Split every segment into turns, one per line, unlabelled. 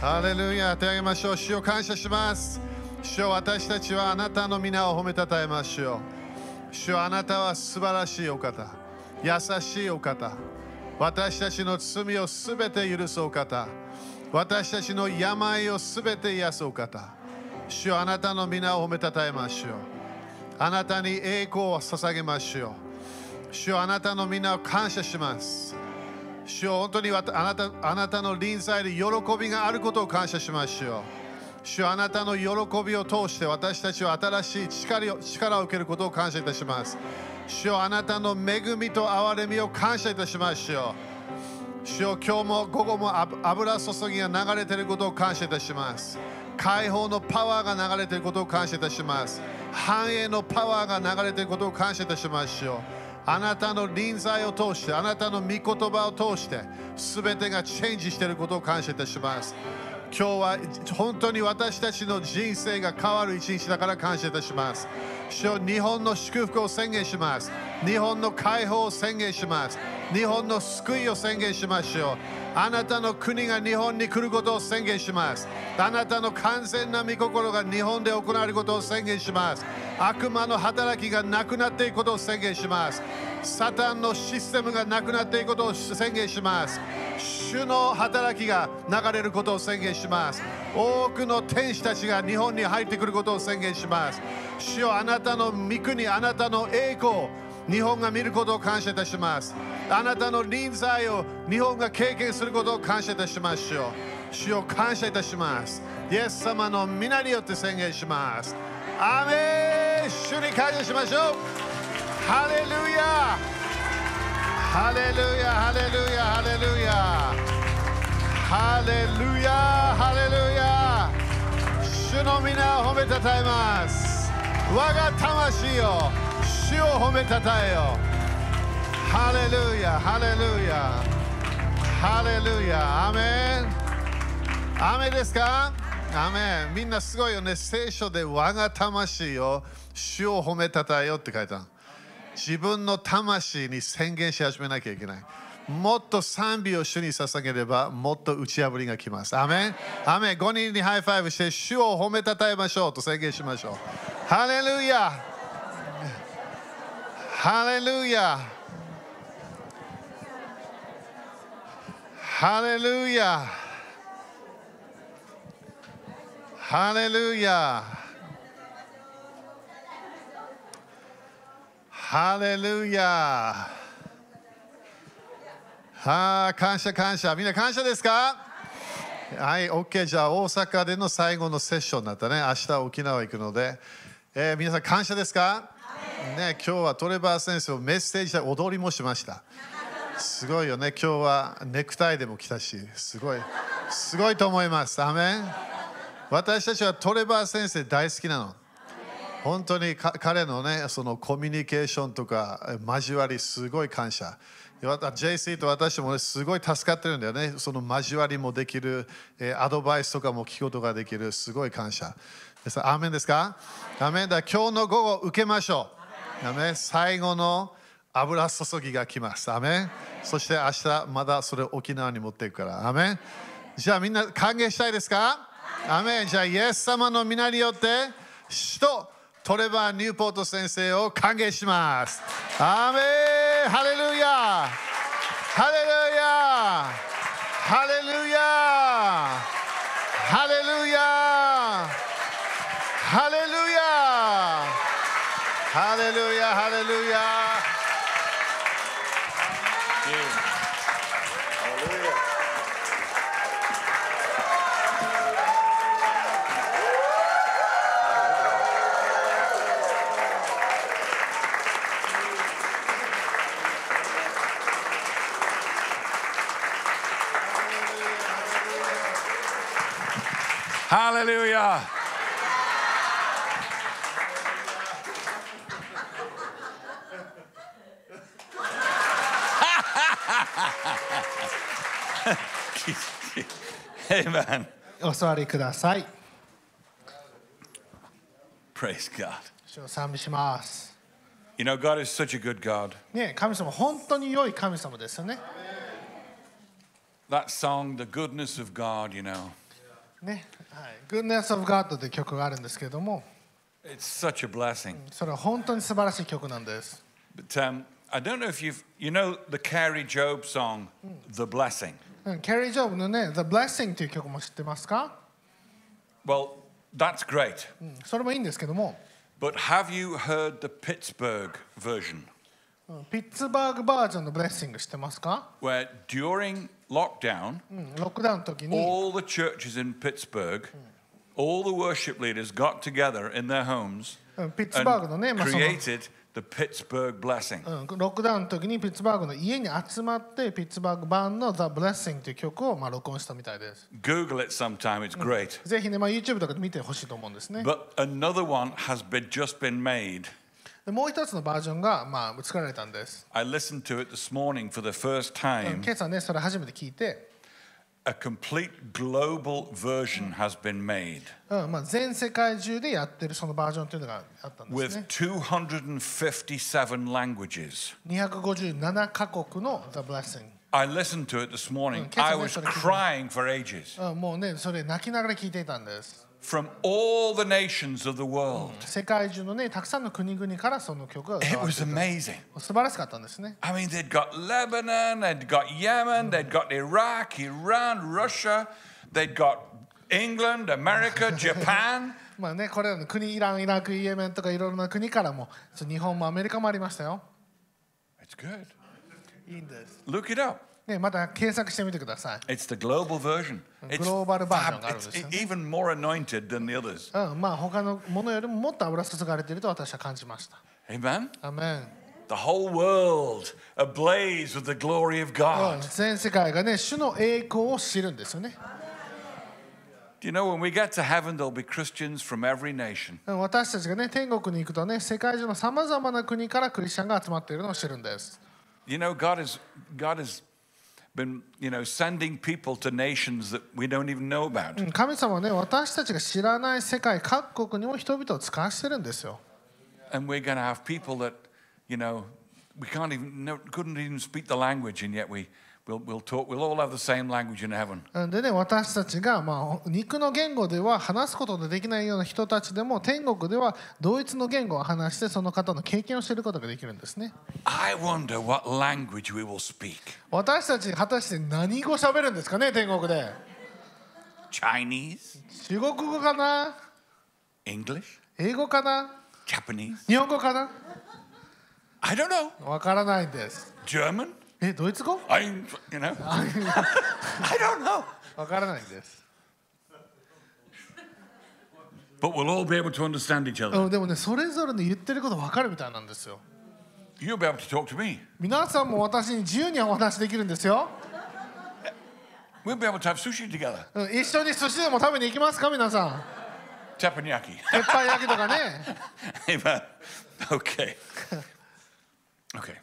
ハレルヤ手を挙げましょう主を感謝します主よ私たちはあなたの皆を褒めたたえましょう主よあなたは素晴らしいお方優しいお方私たちの罪をすべて許すお方私たちの病をすべて癒すお方主よあなたの皆を褒めたたえましょうあなたに栄光を捧げましょう主よあなたの皆を感謝します主よ本当にわたあなたあなたの臨在で喜びがあることを感謝しましょう主よあなたの喜びを通して私たちは新しい力を力を受けることを感謝いたします主よあなたの恵みと憐れみを感謝いたしましょう主よ今日も午後もあぶ油注ぎが流れていることを感謝いたします解放のパワーが流れていることを感謝いたします繁栄のパワーが流れていることを感謝いたしましょうあなたの臨在を通してあなたの御言葉を通して全てがチェンジしていることを感謝いたします今日は本当に私たちの人生が変わる一日だから感謝いたします主よ日本の祝福を宣言します日本の解放を宣言します日本の救いを宣言しましょうあなたの国が日本に来ることを宣言しますあなたの完全な御心が日本で行われることを宣言します悪魔の働きがなくなっていくことを宣言しますサタンのシステムがなくなっていくことを宣言します主の働きが流れることを宣言します多くの天使たちが日本に入ってくることを宣言します主よあなたの御国あなたの栄光日本が見ることを感謝いたしますあなたの臨在を日本が経験することを感謝いたしましょう主を感謝いたしますイエス様の皆によって宣言しますアーメン主に感謝しましょうハレルヤハレルヤハレルヤハレルヤハレルヤハレルヤ主の皆を褒めたたえます我が魂を主を褒めたたえよハレルヤハレルヤハレルヤアーメンアーメンですかアーメンみんなすごいよね聖書で我が魂を主を褒めたたえよって書いてある自分の魂に宣言し始めなきゃいけないもっと賛美を主に捧げればもっと打ち破りが来ますアーメンアーメン5人にハイファイブして主を褒めたたえましょうと宣言しましょうハレルヤハレルヤハレルヤハレルヤハレルヤはあ感謝感謝みんな感謝ですかはい OK じゃあ大阪での最後のセッションだったね明日沖縄行くので、えー皆さん感謝ですかね今日はトレバー先生をメッセージで踊りもしましたすごいよね今日はネクタイでも来たしすごいすごいと思いますアーメン私たちはトレバー先生大好きなの本当にか彼のねそのコミュニケーションとかえ交わりすごい感謝わた JC と私もねすごい助かってるんだよねその交わりもできるえーアドバイスとかも聞くことができるすごい感謝皆さんアーメンですかアーメンだ今日の午後受けましょうアーメン最後の油注ぎが来ますアーメンそして明日まだそれを沖縄に持っていくからアーメンじゃあみんな歓迎したいですかアーメンじゃあイエス様の皆によって首都トレバー・ニューポート先生を歓迎しますアーメンハレルヤハレルヤハレルヤハレルヤハレルヤハレルヤハレルヤ
Hallelujah. Amen.
お座りください。
Praise God.
主を賛美します。
You know, God is such a good God.
ねえ、神様、本当に良い神様ですよね。
That song, The Goodness of God, you know,
ね、はい、Goodness of God という曲があるんですけれども
It's such a blessing.
それは本当に素晴らしい曲なんです
But um, I don't know if you've, you know the Carrie Job song, The Blessing.
うんキャリー・ジョブのね「The Blessing」という曲も知ってますか、
Well, that's great.
うんそれもいいんですけども
But have you heard the Pittsburgh version?
うんピッツバーグバージョンの「ブレッシング」知ってますか、
Where during lockdown,
うんロックダウンの時に
all the churches in Pittsburgh, all the worship leaders got together in their homes
うんピッツバーグのね、
and
まあその
created the Pittsburgh blessing.
うん、ロックダウンの時にピッツバーグの家に集まってピッツバーグ版の「The Blessing」という曲をまあ録音したみたいです
Google it sometime, it's great.
ぜひね、まあ、YouTube とかで見てほしいと思うんですね
But another one has been just been made.
でもう一つのバージョンが、まあ、作られたんです
I listened to it this morning for the first
うん
time.
今朝ねそれ初めて聞いて、
A complete global
Mm.
version has been made
うんまあ、全世界中でやってるそのバージョンというのがあったんです
with
ね
257 languages.
257カ国の「The Blessing
I listened to it this morning.
Mm, kids
I
are
was
listening to it.
crying for ages」
うんもうねそれ泣きながら聞いていたんです
from all the nations of the world.
世界中のねたくさんの国々からその曲が歌
It
われて
was
た
amazing.
素晴らしかったんですね
I mean, they'd got Lebanon, they'd got Yemen, they'd got Iraq, Iran, Russia, they'd got England, America, Japan.
まあねこれらの国イランイラクイエメンとかいろいろな国からもそう日本もアメリカもありましたよ
It's good.
いいんです、
Look it up.
ね、また検索してみてください
It's the global version. It's,
global
fab-
version
it's
があるんですよね。
even more anointed than the others.
うん、まあ他のものよりももっと油注がれていると私は感じました
Amen.
アメン、
The whole world ablaze with the glory of
うん
God.、
全世界がね主の栄光を知るんですよね
Do you know when we get to heaven, there'll be Christians from every nation.
うん私たちがね天国に行くとね世界中のさまざまな国からクリスチャンが集まっているのを知るんです
You know, God has God has been you know sending people to nations that we don't even know about.
うん神様はね私たちが知らない世界各国にも人々を使わしてるんですよ
and we're going to have people that, you know, we can't even no, couldn't even speak the language, and yet we we'll, we'll talk. We'll all have the same language in heaven.
うんでね私たちが、まあ、肉の言語では話すことのできないような人たちでも天国では同一の言語を話してその方の経験を知ることができるんですね
I wonder what language we will speak.
私たち果たして何語喋るんですかね天国で
Chinese,
中国語かな
English,
英語かな
Japanese.
日本語かな
I don't know.
わからないんです
German.
えドイツ語
I you know. I don't know.
わからないんです、
But we'll all be able to understand each other.
うん、でもねそれぞれの言ってることわかるみたいなんですよ
You'll be able to talk to me.
皆さんも私に自由にお話しできるんですよ、
We'll be able to have sushi together.
うん、一緒に寿司でも食べに行きますか皆さん
Teppanyaki.
鉄板焼きとか ね
Amen. Okay. Okay.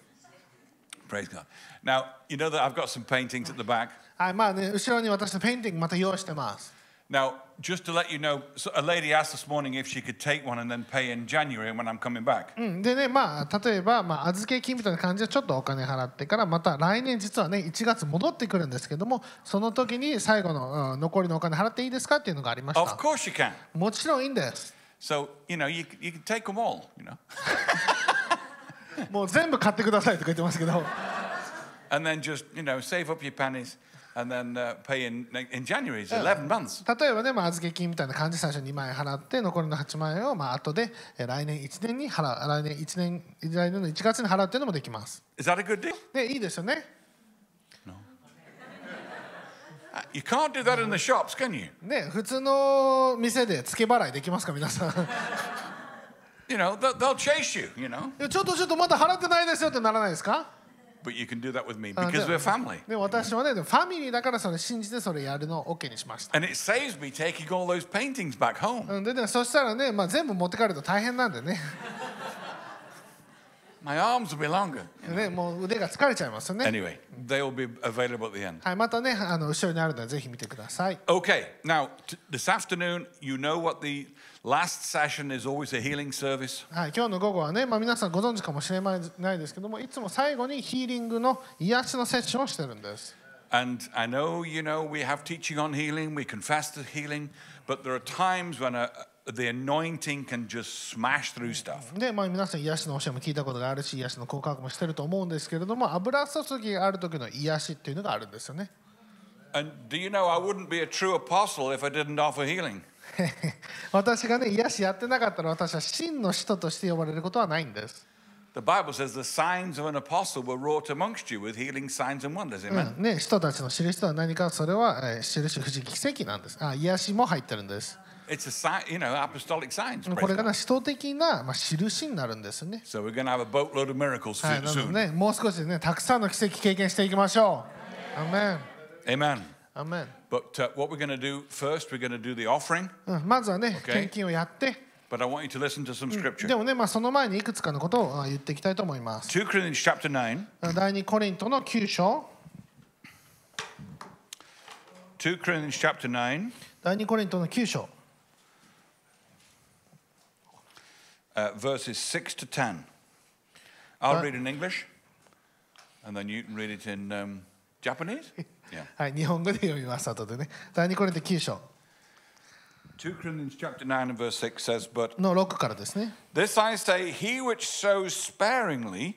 Praise God. Now, you know that I've got some paintings at the back.
はい、まあね、後ろに私のペインティングまた用意してます。
Now, just to let you know, so a lady asked this morning if she could take one and then pay in January when I'm coming back.
うん、でね、まあ、例えば、まあ、預け金みたいな感じでちょっとお金払ってから、また来年実はね、1月戻ってくるんですけども、その時に最後の、うん残りのお金払っていいですかっていうのがありまし
Of
た。
course you can.
もちろんいいんです。
So, you know, you, c- you can take them all, you know,
もう全部買ってくださいとか言ってますけど、
and then just, you know, save up your pennies and then uh, pay in in January. It's 11 months.
例えばね、まあ、預け金みたいな感じで最初2万円払って、残りの8万円を、まあ、後で、えー来年1年に払う、来年1年、来年の1月に払うっていうのもできます。
Is that a good deal?
で、いいですよね。
Uh, You can't do that in the shops, can you?
ね、普通の店で付け払いできますか、皆さん。
You know, they'll, they'll chase you, you know.
いやちょっとちょっとまだ払ってないですよってならないですか
But you can do that with me
あ
because
で
we're family.
で私はねでもファミリーだからそれ信じてそれやるのを OK にしました
And it saves me taking all those paintings back home.
うんでねそしたらね、まあ、全部持って帰ると大変なんでね
My arms will be longer.
ねもう腕が疲れちゃいますよね、
Anyway, they will be available at the end.
はい、またねあの後ろにあるのでぜひ見てください
Okay, now t- this afternoon, you know what the last session is always a healing service.
はい、今日の午後はね、まあ、皆さんご存知かもしれないですけどもいつも最後にヒーリングの癒しのセッションをしてるんです、
And I know, you know, we have teaching on healing, we confess to healing, but there are times when uh the anointing can just smash through stuff.
で、まあ、皆さん癒しの教えも聞いたことがあるし癒しの告白もしてると思うんですけれども油注ぎがある時の癒しっていうのがあるんですよね
And do you know, I wouldn't be a true apostle if I didn't offer healing.
私がね癒しやってなかったら私は真の使徒として呼ばれることはないんです
The Bible says the signs of an apostle were wrought amongst you with healing signs and wonders. Amen.
ね、人たちの知る人は何かそれは、えー、印不思議奇跡なんですあ癒しも入ってるんです
It's a sign, you know, apostolic signs.
こ
praise
れが
God.
な使徒的な、まあ、印になるんですね
So we're going to have a boatload of miracles
は
soon-
い、なの
soon.
でねもう少しねたくさんの奇跡経験していきましょうアメン
Amen.
アメン
But uh, what we're going to do first, we're going to do the offering.
うん、まずはね
Okay.
献金をやって
But I want you to listen to some
で
scripture.
もね、まあ、その前にいくつかのことをあ言っていきたいと思います
2 Corinthians chapter 9.
第2コリントの9章
2 Corinthians chapter 9,
第2コリントの9章
uh, verses 6 to 10. I'll read in English, and then you can read it in um, Japanese. Yeah.
はい日本語で読みます後でね第2コリント9章
2 Corinthians chapter 9 and verse 6 says, But
の6からですね
This I say, he which sows sparingly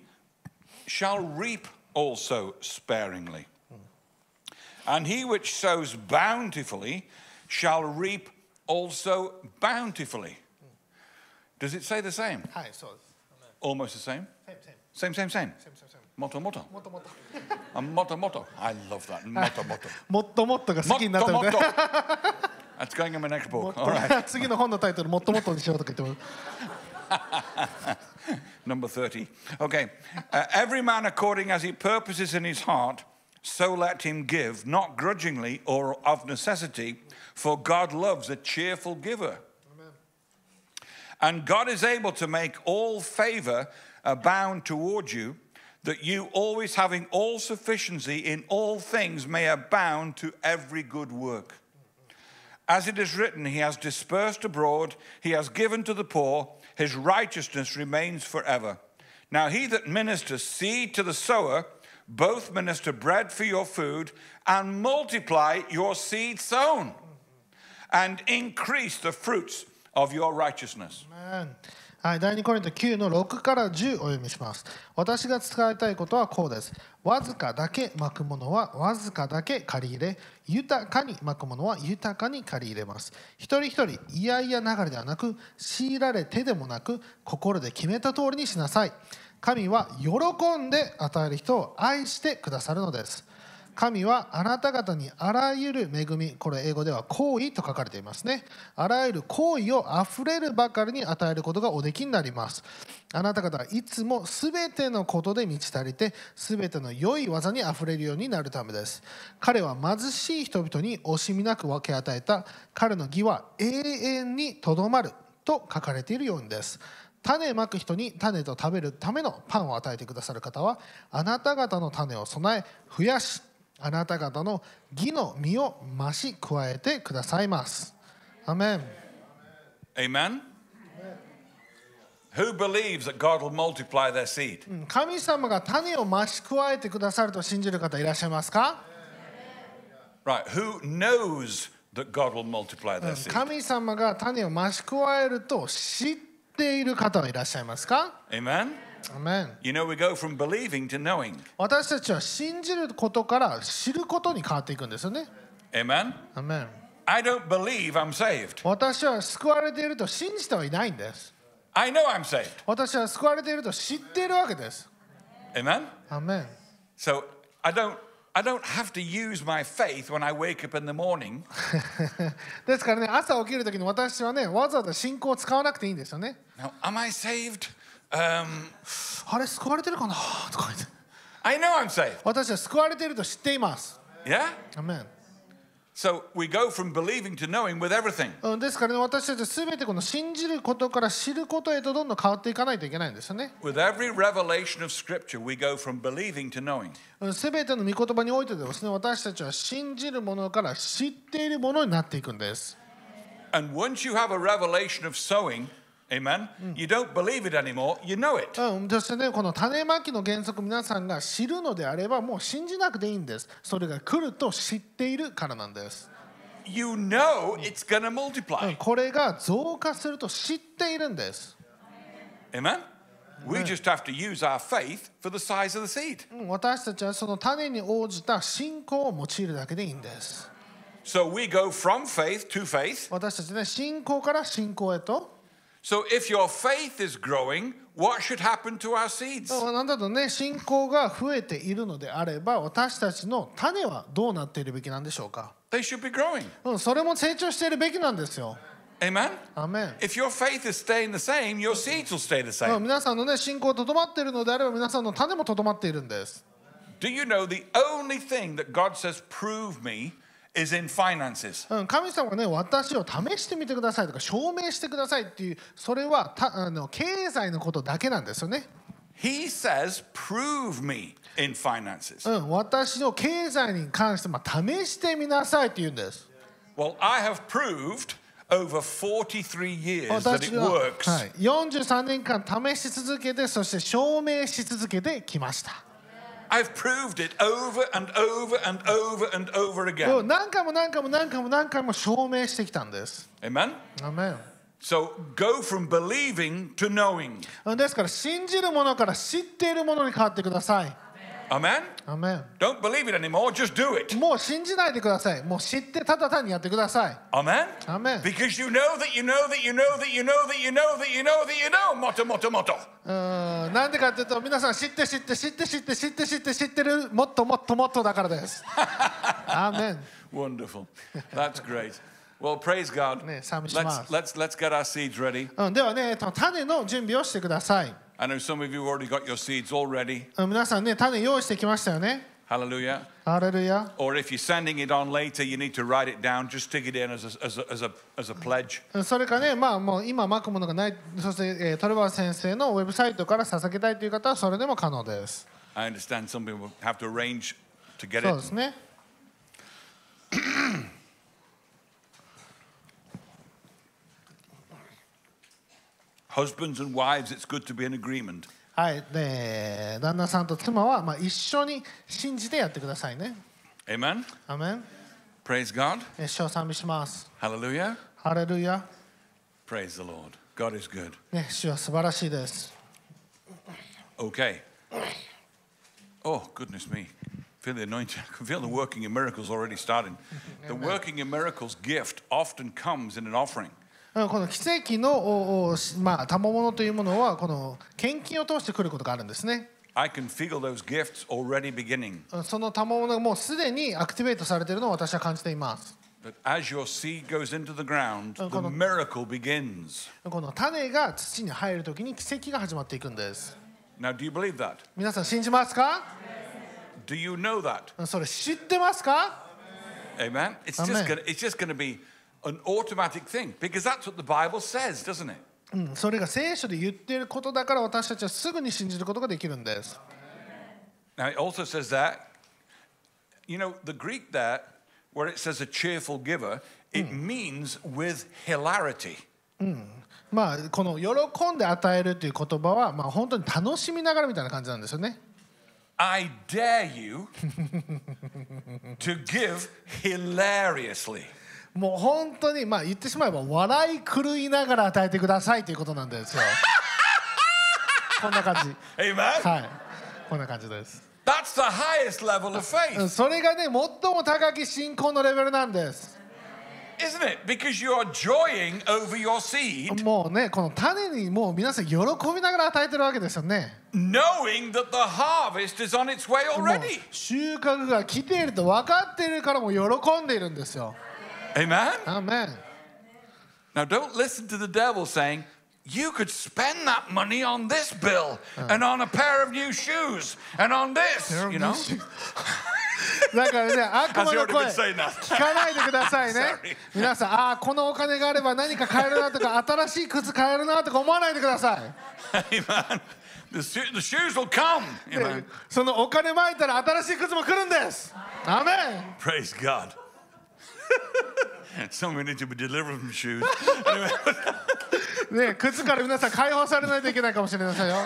shall reap also sparingly. And he which sows bountifully shall reap also bountifully. Does it say the same?
はいそうです
Almost the same? Same, same, same. Motto, motto.
もっともっと
And motto, motto. I love that. Motto, motto.
もっともっとが好きになっ
Motto,
たみたい
motto.
な
That's going in my next book. All
も っと
right.
次の本のタイトル「もっともっと」にしようとか言ってます
Number 30. Okay. Uh, every man according as he purposes in his heart, so let him give, not grudgingly or of necessity, for God loves a cheerful giver. And God is able to make all favor abound toward you, that you always having all sufficiency in all things may abound to every good work. As it is written, He has dispersed abroad, He has given to the poor, His righteousness remains forever. Now he that ministers seed to the sower, both minister bread for your food, and multiply your seed sown, and increase the fruits of your righteousness.
はい、第2コリント9の6から10お読みします私が使いたいことはこうですわずかだけ巻くものはわずかだけ借り入れ豊かに巻くものは豊かに借り入れます一人一人いやいや流れではなく強いられてでもなく心で決めた通りにしなさい神は喜んで与える人を愛してくださるのです神はあなた方にあらゆる恵みこれ英語では行為と書かれていますねあらゆる行為をあふれるばかりに与えることがおできになりますあなた方はいつも全てのことで満ち足りて全ての良い技にあふれるようになるためです彼は貧しい人々に惜しみなく分け与えた彼の義は永遠にとどまると書かれているようにです種まく人に種と食べるためのパンを与えてくださる方はあなた方の種を備え増やしあなた方の義の実を増し加えてくださいます。アメン
Amen? Who believes that God will multiply their seed?
うん神様が種を増し加えてくださると信じる方いらっしゃいますか
Right. Who knows that God will multiply
Um,
their seed?
神様が種を増し加えると知っている方はいらっしゃいますか
Amen?
アメン
You know, we go from believing to knowing.
私たちは信じることから知ることに変わっていくんですよね。
Amen?
アメン
I don't believe I'm saved.
私は救われていると信じてはいないんです。
I know I'm saved.
私は救われていると知っているわけです。
Amen.
アメン
So I don't I don't have to use my faith when I wake up in the morning
ですからね朝起きる時に私はねわざわざ信仰を使わなくていいんですよね。
Now, am I saved? Um,
あれ救われてるかなとか言って
I know I'm saved.
私は救われていると知っています。
Yeah?
アメン
So we go from believing to knowing with everything.
うんですからね私たちは全てこの信じることから知ることへとどんどん変わっていかないといけないんですよね。
With every revelation of Scripture, we go from believing to knowing.
うん全ての御言葉においてですね私たちは信じるものから知っているものになっていくんです。
And once you have a revelation of sowing, Amen. You don't believe it anymore, you know it.
うん、そしてねこの種まきの原則皆さんが知るのであればもう信じなくていいんですそれが来ると知っているからなんです、
You know it's going to
う
multiply.
ん、これが増加すると知っているんです
Amen. We just have to use our faith for the size of the seed.
うん私たちはその種に応じた信仰を用いるだけでいいんです
So we go from faith to faith.
私たちね信仰から信仰へと
So if your faith is growing, what should happen to our seeds?
そうなんだとね信仰が増えているのであれば私たちの種はどうなっているべきなんでしょうか、
They should be growing.
うん、それも成長しているべきなんですよ
Amen.
アメン
If your faith is staying the same, your seeds will stay the
うん
same.
皆さんのね信仰とどまっているのであれば皆さんの種もとどまっているんです
Do you know the only thing that God says, prove me, is in finances?
うん、神様がね私を試してみてくださいとか証明してくださいっていうそれはたあの経済のことだけなんですよね、
He says, prove me in finances.
うん、私の経済に関して、まあ、試してみなさいって言うんです
Well, I have proved over 43 years that
私
it
が、は
works.
い、43年間試し続けてそして証明し続けてきました、
I've proved it over and over and over and over
うん
again.
何回も何回も何回も何回も証明してきたんです
Amen?
アメン
So go from believing to knowing.
うんですから信じるものから知っているものに変わってください
Amen?
アメン
Don't believe it anymore, just do it.
もう信じないでくださいもう知ってただ単にやってください
Amen?
アメン
Because you know that you know that you know that you know that you know that you know that you know. Motto, motto, motto.
うーんなんでかっていうと皆さん知って知って知って知って知って知って知ってるもっともっともっとだからですアーメン
Wonderful. That's great. Well, praise God.
네, 삼으시마.
Let's, let's, let's get our seeds ready.
うん、ではね、えっと種の準備をしてください。
I know some of you already got your seeds already.
うん皆さんね、種用意してきましたよね。
Hallelujah.
ハレルヤ。
Or if you're sending it on later, you need to write it down. Just stick it in as a, as a, as a, as a pledge.
うんそれかね、まあもう今まくものがない、そして、えートレバー先生のウェブサイトから捧げたいという方はそれでも可能です。
I understand some people have to arrange to get
そうで
it.
すね。
Husbands and wives, it's good to be in agreement.
はい、で旦那さんと妻はまあ一緒に信じてやってくださいね。
Amen.
アメン。
Praise God.
えー主を賛美します。
Hallelujah.
ハレルヤ。
Praise the Lord. God is good.
ね、主は素晴らしいです。
Okay. Oh, goodness me. Feel the anointing. I can feel the working in miracles already starting. The working in miracles gift often comes in an offering.
うんこの奇跡のおおしまあ賜物というものはこの献金を通してくることがあるんですね。
I can feel those gifts already beginning.
うんその賜物がもうすでにアクティベートされているのを私は感じています。
But as your seed goes into the ground,
Oh,
the
God.
miracle begins.
この種が土に入るときに奇跡が始まっていくんです。
Now, do you believe that?
皆さん信じますか？
Do you know that?
うんそれ知ってますか？
Amen. It's
Amen.
just gonna, it's just going to be an automatic thing because that's what the Bible says, doesn't it?
うんそれが聖書で言っていることだから私たちはすぐに信じることができるんです。
Now it also says that. You know, the Greek there, where it says a cheerful giver, it means with hilarity.
まあこの喜んで与えるという言葉はまあ本当に楽しみながらみたいな感じなんですよね。
I dare you to give hilariously.
もう本当にまあ言ってしまえば笑い狂いながら与えてくださいということなんですよ。こんな感じ。
Amen.
はい。こんな感じです。
That's the highest level of
う
faith,
んそれがね最も高き信仰のレベルなんです。
isn't it? Because you're joying over your seed,
もうねこの種にもう皆さん喜びながら与えてるわけですよね。
knowing that the harvest is on its way
もう
already.
収穫が来ていると分かっているからもう喜んでいるんですよ。
Amen.
アーメン。
Now, don't listen to the devil saying, you could spend that money on this bill and on a pair of new shoes and on this, you know?
だからね、悪魔の
already
声
been saying that.
聞かないでくださいね
Sorry.。
皆さん、ああ、このお金があれば何か買えるなとか、新しい靴買えるなとか思わないでくださ
Amen. The, sho- the shoes will come.
い
Amen.。
そのお金まいたら新しい靴も来るんです。アーメン
Praise God. Some of you need to be delivered from shoes.
ね、靴から皆さん解放されないといけないかもしれませんよ。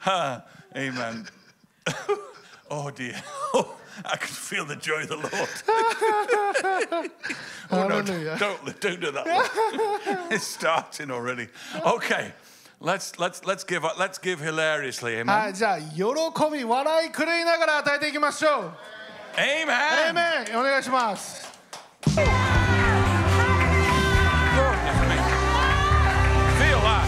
Ha, amen. oh dear. Oh, I can feel the joy of the Lord. oh no,
Hallelujah.
don't, don't don't do that. Lord. it's starting already. Okay. Let's let's let's give up- let's give hilariously, amen.
はい、じゃあ、喜び、笑い、狂いながら与えていきましょう。
Amen.
エイメンお願いします。
Goodness me. Feel that.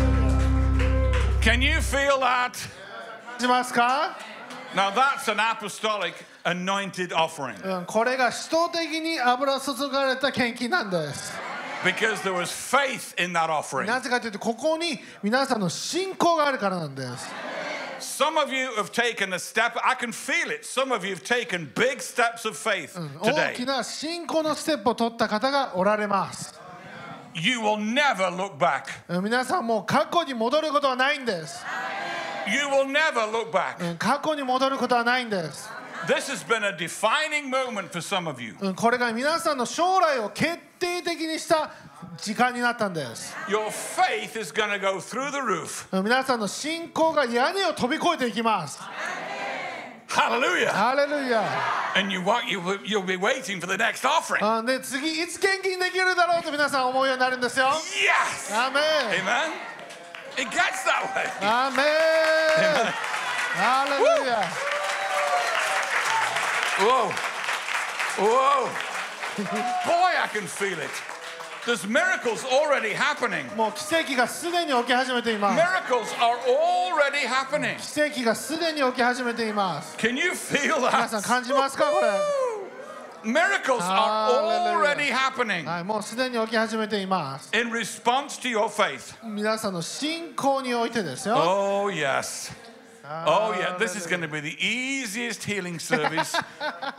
Woo. Can you feel that?
しますか、
Now that's an apostolic anointed offering.
うん、これが主導的に油注がれた献金なんです。
Because there was faith in that offering.
なぜかというと、ここに皆さんの信仰があるからなんです。
Some of you have taken a step, I can feel it. Some of you have taken big steps of faith
大き
today.
な信仰のステップを取った方がおられます。
You will never look back.
うん皆さんもう過去に戻ることはないんです。
You will never look back.
うん過去に戻ることはないんです。
This has been a defining moment for some of you.
うんこれが皆さんの将来を決定的にした時間になったんです。
Your faith is going to go through the roof.
うん皆さんの信仰が屋根を飛び越えていきます。
Hallelujah.
ハレルヤ。
And you won't, you will, you'll be waiting for the next offering.
あで次いつ献金できるだろうと皆さん思うようになるんですよ。
Yes.
アーメン
Amen. It gets that way.
アーメンハレルヤ
Whoa. Whoa. Boy, I can feel it. There's miracles already happening.
もう奇跡がすでに起き始めています。
Miracles are already happening.
奇跡がすでに起き始めています。
Can you feel
皆さん
that?
感じますかこれ。
Miracles are
Hallelujah.
already happening
はい、もうすでに起き始めています。
in response to your faith.
皆さんの信仰においてですよ。
Oh, yes. Oh, yeah. This is going to be the easiest healing service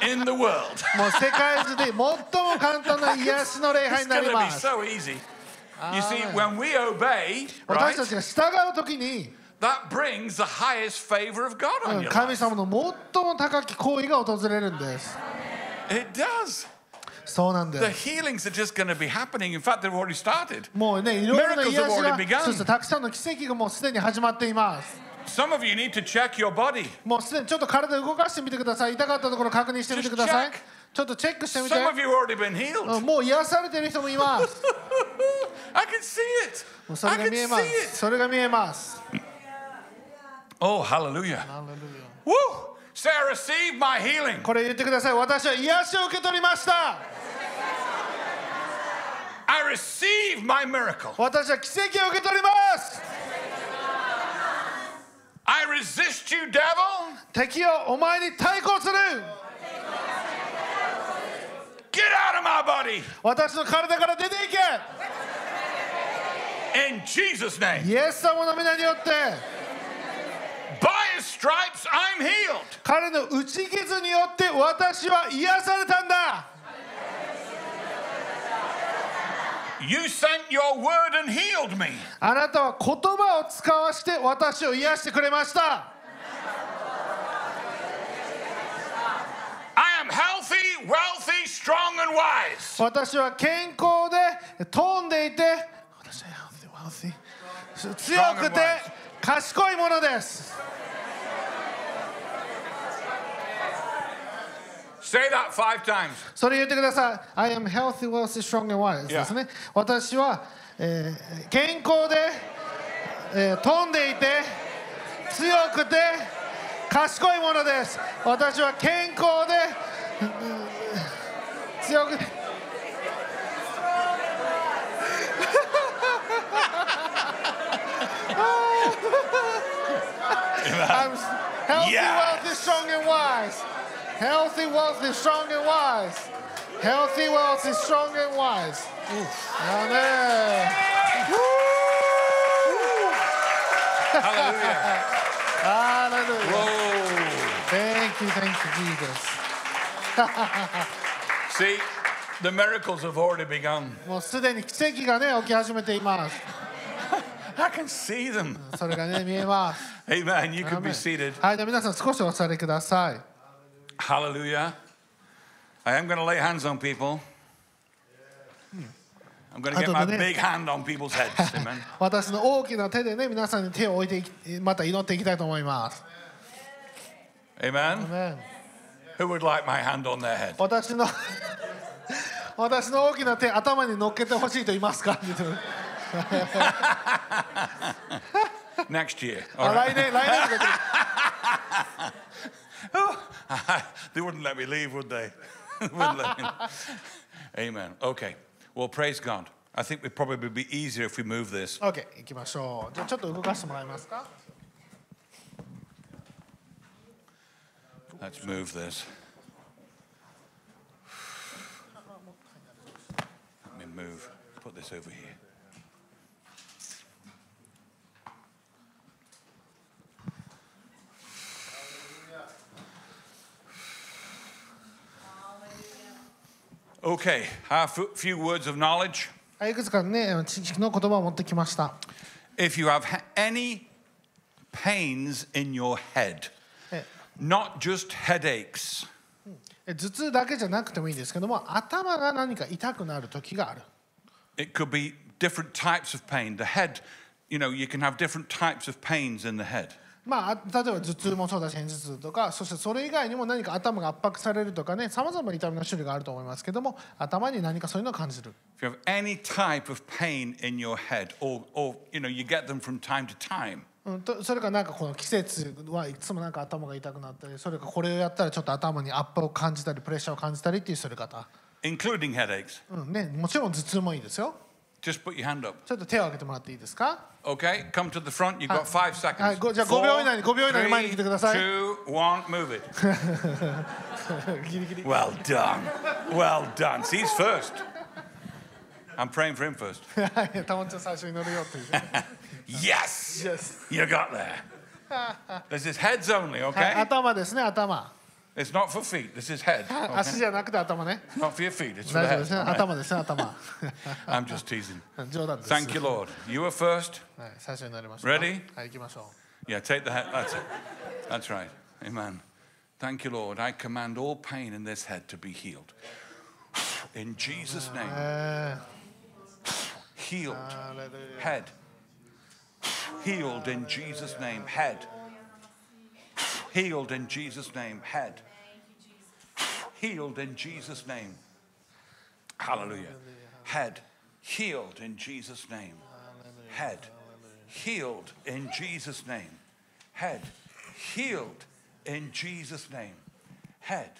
in the world.
もう世界中で最も簡単な癒しの礼
It's
拝にな
going
り
to
ま
be
す。
so easy. You see, when we obey, right,
私たちが従うときに、
that brings the highest favor of God on you.
神様の最も高き行為が訪れるんです。
It does.
そうなんです
The。healings are just going to be happening. In fact, they've already started.
もうね、いろいろな
Miracles
癒
have
し
already
が
begun.、
そしてたくさんの奇跡がもうすでに始まっています。
Some of you need to check your body.
もうすでにちょっと体動かしてみてください。痛かったところ確認してみてください
Just check.。
ちょっとチェックしてみて
Some。of you have already been healed.
うんもう癒されてる人もいます。
I can see it.
もうそ
I
れが
can
見
see
えます。
it.
それが見えます。
Oh, hallelujah. Woo! Say, I receive my healing.
これ言ってください。私は癒しを受け取りました。
I receive my miracle.
私は奇跡を受け取ります。
I resist you, devil.
敵をお前に対抗する。
Get out of my body.
私の体から出ていけ。
In Jesus' name.
イエス様の皆によって、
By his stripes, I'm healed.
彼の打ち傷によって私は癒されたんだ。
You sent your word and healed me.
あなたは言葉を使わして私を癒してくれました。
I am healthy, wealthy, strong, and wise.
私は健康で飛んでいて、私は healthy, wealthy 強くて賢いものです。
Say that five times.
それ言ってください。I am healthy, wealthy, strong and wise ですね。私は、えー健康で、えー飛んでいて強くて賢いものです。私は健康でうん強くて。I'm healthy,
Yes.
wealthy, strong, and wise. Healthy, wealthy, strong, and wise. Healthy, wealthy, strong, and wise. Amen.
Hallelujah.
Hallelujah.
Whoa.
Thank you, thank you, Jesus.
See, the miracles have already begun.
もうすでに奇跡がね起き始めています。
I can see them.
それがね見えます。
Amen. You can be
はい、
seated.
じゃあ皆さん少しお座りください。
Hallelujah. I am going to lay hands on people. I'm going to
I
get
don't
my
know.
big hand on people's heads. Amen.
私の大きな手でね皆さんに手を置いていきまた祈っていきたいと思います、
Amen. Who would like my hand on their head?
私の 私の大きな手頭に乗っけてほしいと言いますか
Next year.
あ
All
来
right.
年来年とか言って る
they wouldn't let me leave, would they? wouldn't let me. Amen. Okay. Well, praise God. I think we'd probably be easier if we move this.
OK 行きましょうじゃあちょっと動かしてもらえますか
Let's move this. Let me move. Put this over here. Okay, a few words of knowledge.
はいいくつかね知識の言葉を持ってきました
If you have ha- any pains in your head,
え
not just headaches,
え頭痛だけじゃなくてもいいんですけども頭が何か痛くなる時がある
It could be different types of pain. The head, you know, you can have different types of pains in the head.
まあ、あ例えば頭痛もそうだし片頭痛とかそしてそれ以外にも何か頭が圧迫されるとかねさまざまな痛みの種類があると思いますけども頭に何かそういうのを感じる
If you have any type of pain in your head, or, or you know, you get them from time to time,
うん、とそれからなんかこの季節はいつもなんか頭が痛くなったりそれからこれをやったらちょっと頭に圧迫を感じたりプレッシャーを感じたりっていうする方、
including headaches,
うんね、もちろん頭痛もいいですよ
just put your hand up.
ちょっと手を挙げてもらっていいですか
Okay, come to the front. You've got five seconds.
はいごじゃあ
5
5秒以内に5秒以内に前に来てください
two, one, move it.
ギリギ リ
Well done. Well done. See, he's first. I'm praying for him first.
はいたまちゃん最初に乗るよっていう
Yes.
Yes.
You got there. This is heads only,
はい
okay?
頭ですね頭
It's not for feet. This is head.
足
Okay?
じゃなくて頭ね
Not for your feet. It's for the
大丈夫ですね
head.
頭ですね頭
I'm just teasing.
冗談です
Thank you, Lord. You were first.
はい、最初になりました
Ready?
はい行きましょ
Yeah, take the head. That's it. That's right. Amen. Thank you, Lord. I command all pain in this head to be healed. In Jesus'
う
name,
え
healed.
ー、ハレルヤ
Head. Healed in Jesus' name. Head. Healed in Jesus' name. Head. Healed in Jesus' name. Hallelujah. Head. Healed in Jesus' name. Head. Healed in Jesus' name. Head. Healed in Jesus' name. Head.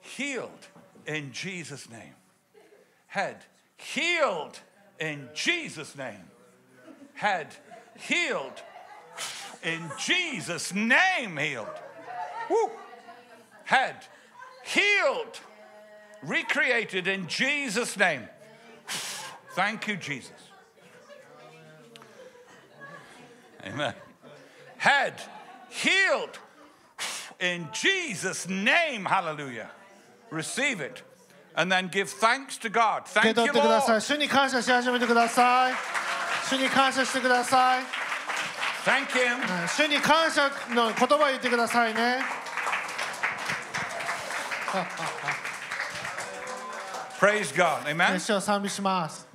Healed in Jesus' name. Head. Healed in Jesus' name had healed in Jesus' name healed. Woo. Had healed, recreated in Jesus' name. Thank you, Jesus. Amen. Had healed in Jesus' name. Hallelujah. Receive it. And then give thanks to God.
受け
Thank
取
you,
ってくだ
Lord.
さい主に感謝し始めてください主に感謝してください
Thank Him.
うん主に感謝の言葉を言ってくださいね
Praise God. Amen.
主を賛美します、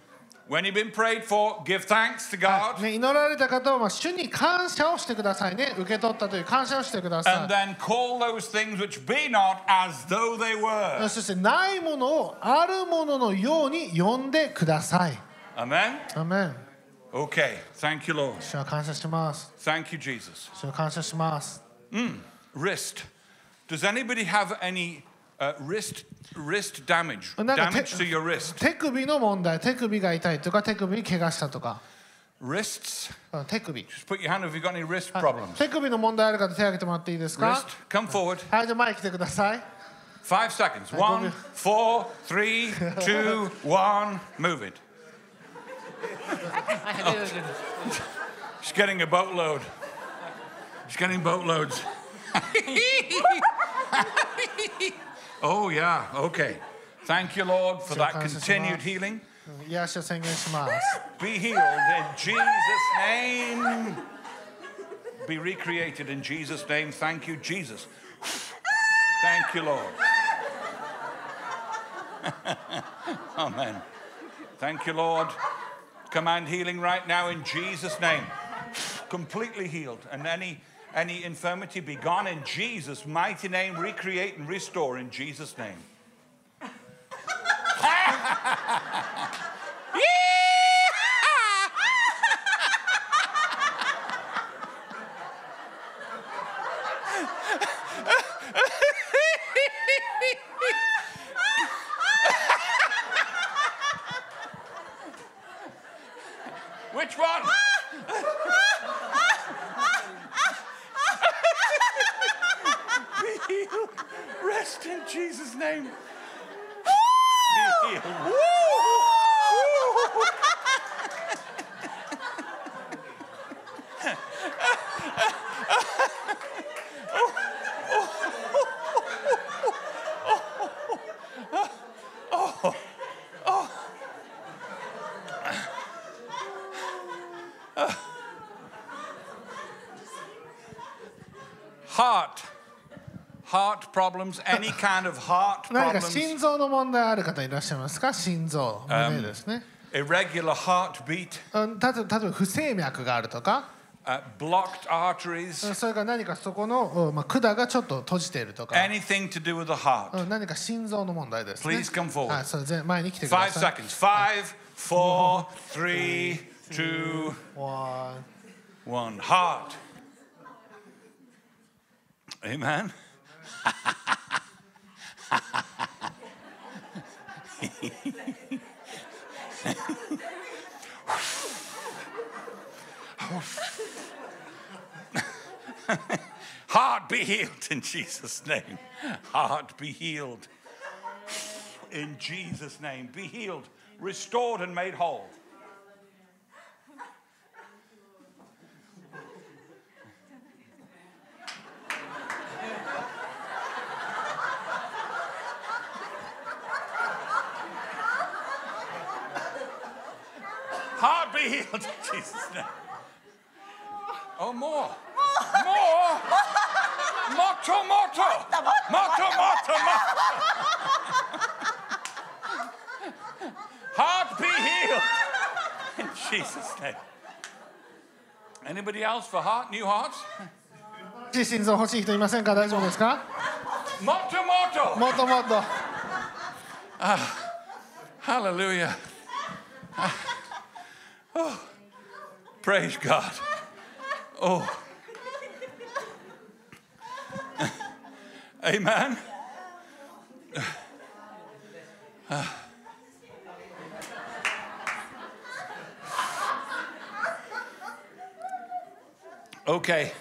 When you've been prayed for, give thanks to God
ね、祈られた方はまあ主に感謝をしてくださいね受け取ったという感謝をしてくだ
and
さ
then call those things which be not as though they
い
were.
そしてないものをあるもののように呼んでください
Amen.
アーメン
Okay. Thank you, Lord.
主は感謝します
Thank you, Jesus.
主は感謝します
Wrist. Does anybody have any uh, wrist wrist damage?
Well, no, no,
damage
te-
to your wrist.
手首の問題手首が痛いとか手首怪我したとか
Wrists.
うん手首
Just put your hand if you've got any wrist problems.
手首の問題ある方手挙げてもらっていいですか
Wrist. Come forward.
はいじゃあ前来てください
Five seconds. One, four, three, two, one. Move it. She's getting a boatload. She's getting boatloads. oh, yeah. Okay. Thank you, Lord, for that continued healing.
うん癒しを宣言します
Be healed in Jesus' name. Be recreated in Jesus' name. Thank you, Jesus. Thank you, Lord. Amen. Thank you, Lord. Command healing right now in Jesus' name. Completely healed. And any any infirmity be gone in Jesus' mighty name. Recreate and restore in Jesus' name. Which one? Be healed. Rest in Jesus' name. Be healed. Woo! Heart. Heart problems, any kind of heart
何か
problems.
心臓の問題ある方いらっしゃいますか心臓胸ですね、
irregular heartbeat,
うんたと例えば不整脈があるとか
uh, blocked
うん
arteries,
それから何かそこの、うんまあ、管がちょっと閉じているとか、
anything to do with the heart.
うん何か心臓の問題ですね
Please come forward.
はいそれ前前に来てくだ
Five
さい
seconds. Five, four, three, two,
わー
one. Heart. Amen. Heart be healed in Jesus' name. Heart be healed. In Jesus' name. Be healed, restored, and made whole. Heart be healed in Jesus' name. Oh, more. More. Motto, motto. Motto, motto, motto. Heart be healed in Jesus' name. Anybody else for heart? New hearts?
欲しい心臓欲しい人いませんか大丈夫ですか
Motto, motto.
もっともっと
Hallelujah. Ah. Oh, praise God. Oh. Amen. Ah. Okay.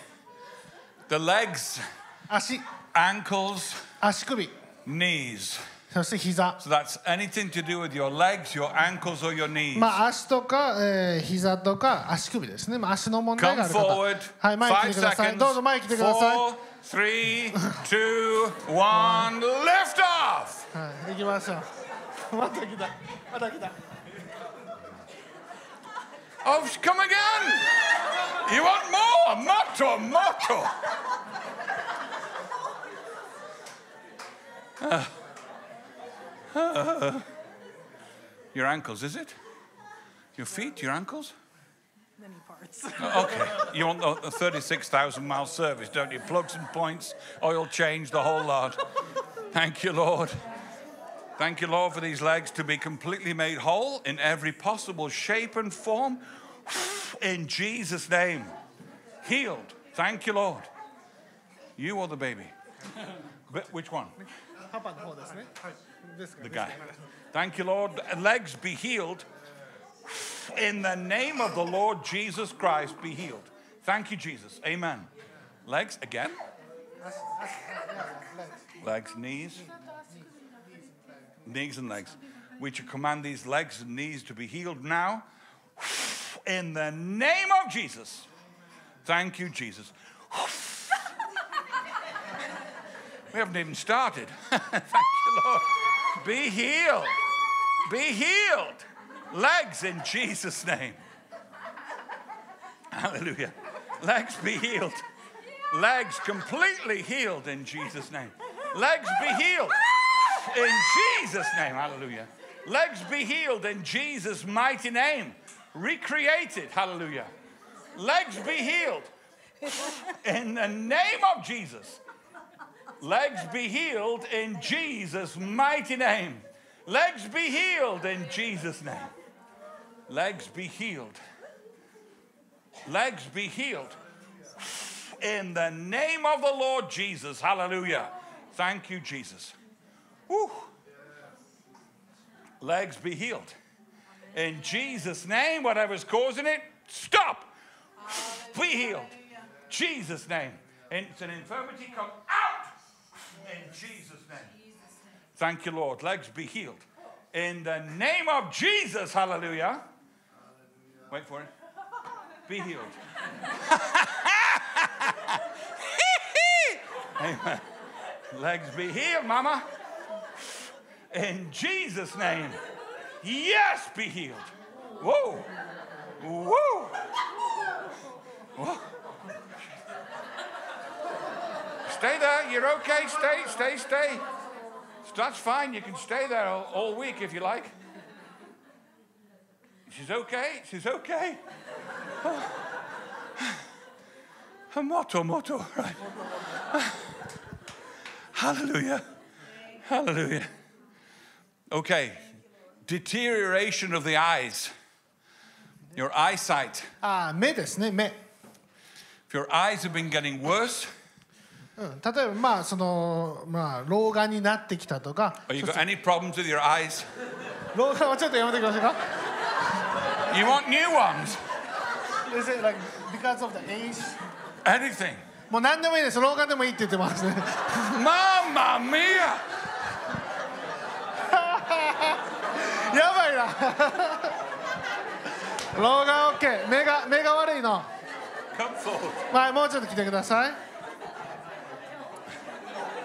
The legs,
足
ankles,
足首
knees.
そして膝
So that's anything to do with your legs, your ankles, or your knees.
まあ足とか、えー、膝とか足首ですね、まあ、足の問題
Come
がある方
forward.
はい前に来
Five
てください
seconds.
どうぞ前に来てください、は
Four, three, two, one. Lift off.
い、行きましょうまた来たまた来た
Oh, come again. You want more? Motto, motto. Ah. Ah. your ankles, is it? Your feet, your ankles? Oh,
many parts.
Okay. You want the- the 36,000 mile service, don't you? Plugs and points, oil change, the whole lot. Thank you, Lord. Thank you, Lord, for these legs to be completely made whole in every possible shape and form. In Jesus' name. Healed. Thank you, Lord. You or the baby? But Which one?
パパの方ですねはいですか
The guy. Thank you, Lord. Legs be healed. In the name of the Lord Jesus Christ, be healed. Thank you, Jesus. Amen. Legs again. Legs, knees. Knees and legs. We should command these legs and knees to be healed now. In the name of Jesus. Thank you, Jesus. We haven't even started. Thank you, Lord. Be healed. Be healed. Legs in Jesus' name. Hallelujah. Legs be healed. Legs completely healed in Jesus' name. Legs be healed. in Jesus' name. Hallelujah. Legs be healed in Jesus' mighty name. Recreated. Hallelujah. Legs be healed in the name of Jesus. Legs be healed in Jesus' mighty name. Legs be healed in Jesus' name. Legs be healed. Legs be healed in the name of the Lord Jesus. Hallelujah. Thank you, Jesus. Woo. Legs be healed. In Jesus' name, whatever's causing it, stop. Be healed. Jesus' name. It's an infirmity, come out in Jesus' name. Thank you, Lord. Legs be healed. In the name of Jesus, hallelujah. Wait for it. Be healed. Amen. Legs be healed, Mama. In Jesus' name. Yes, be healed. Whoa. Whoa. Whoa. Stay there. You're okay. Stay, stay, stay. That's fine. You can stay there all, all week if you like. She's okay. She's okay. Oh. Motto, motto. Right. Hallelujah. Hallelujah. Okay. Deterioration of the eyes. Your eyesight.
あー目ですね目、
If your eyes have been getting worse,
うん、例えばまあそのまあ老眼になってきたとか
or you've got any problems with your eyes,
老眼はちょっとやめてくださいか
you want new ones.
They say, like, because of the age.
Anything.
もう何でもいいです老眼でもいいって言ってますね
Mamma mia!
やばいな老眼 OK 目が目が悪いの
Come forward.
はいもうちょっと来てください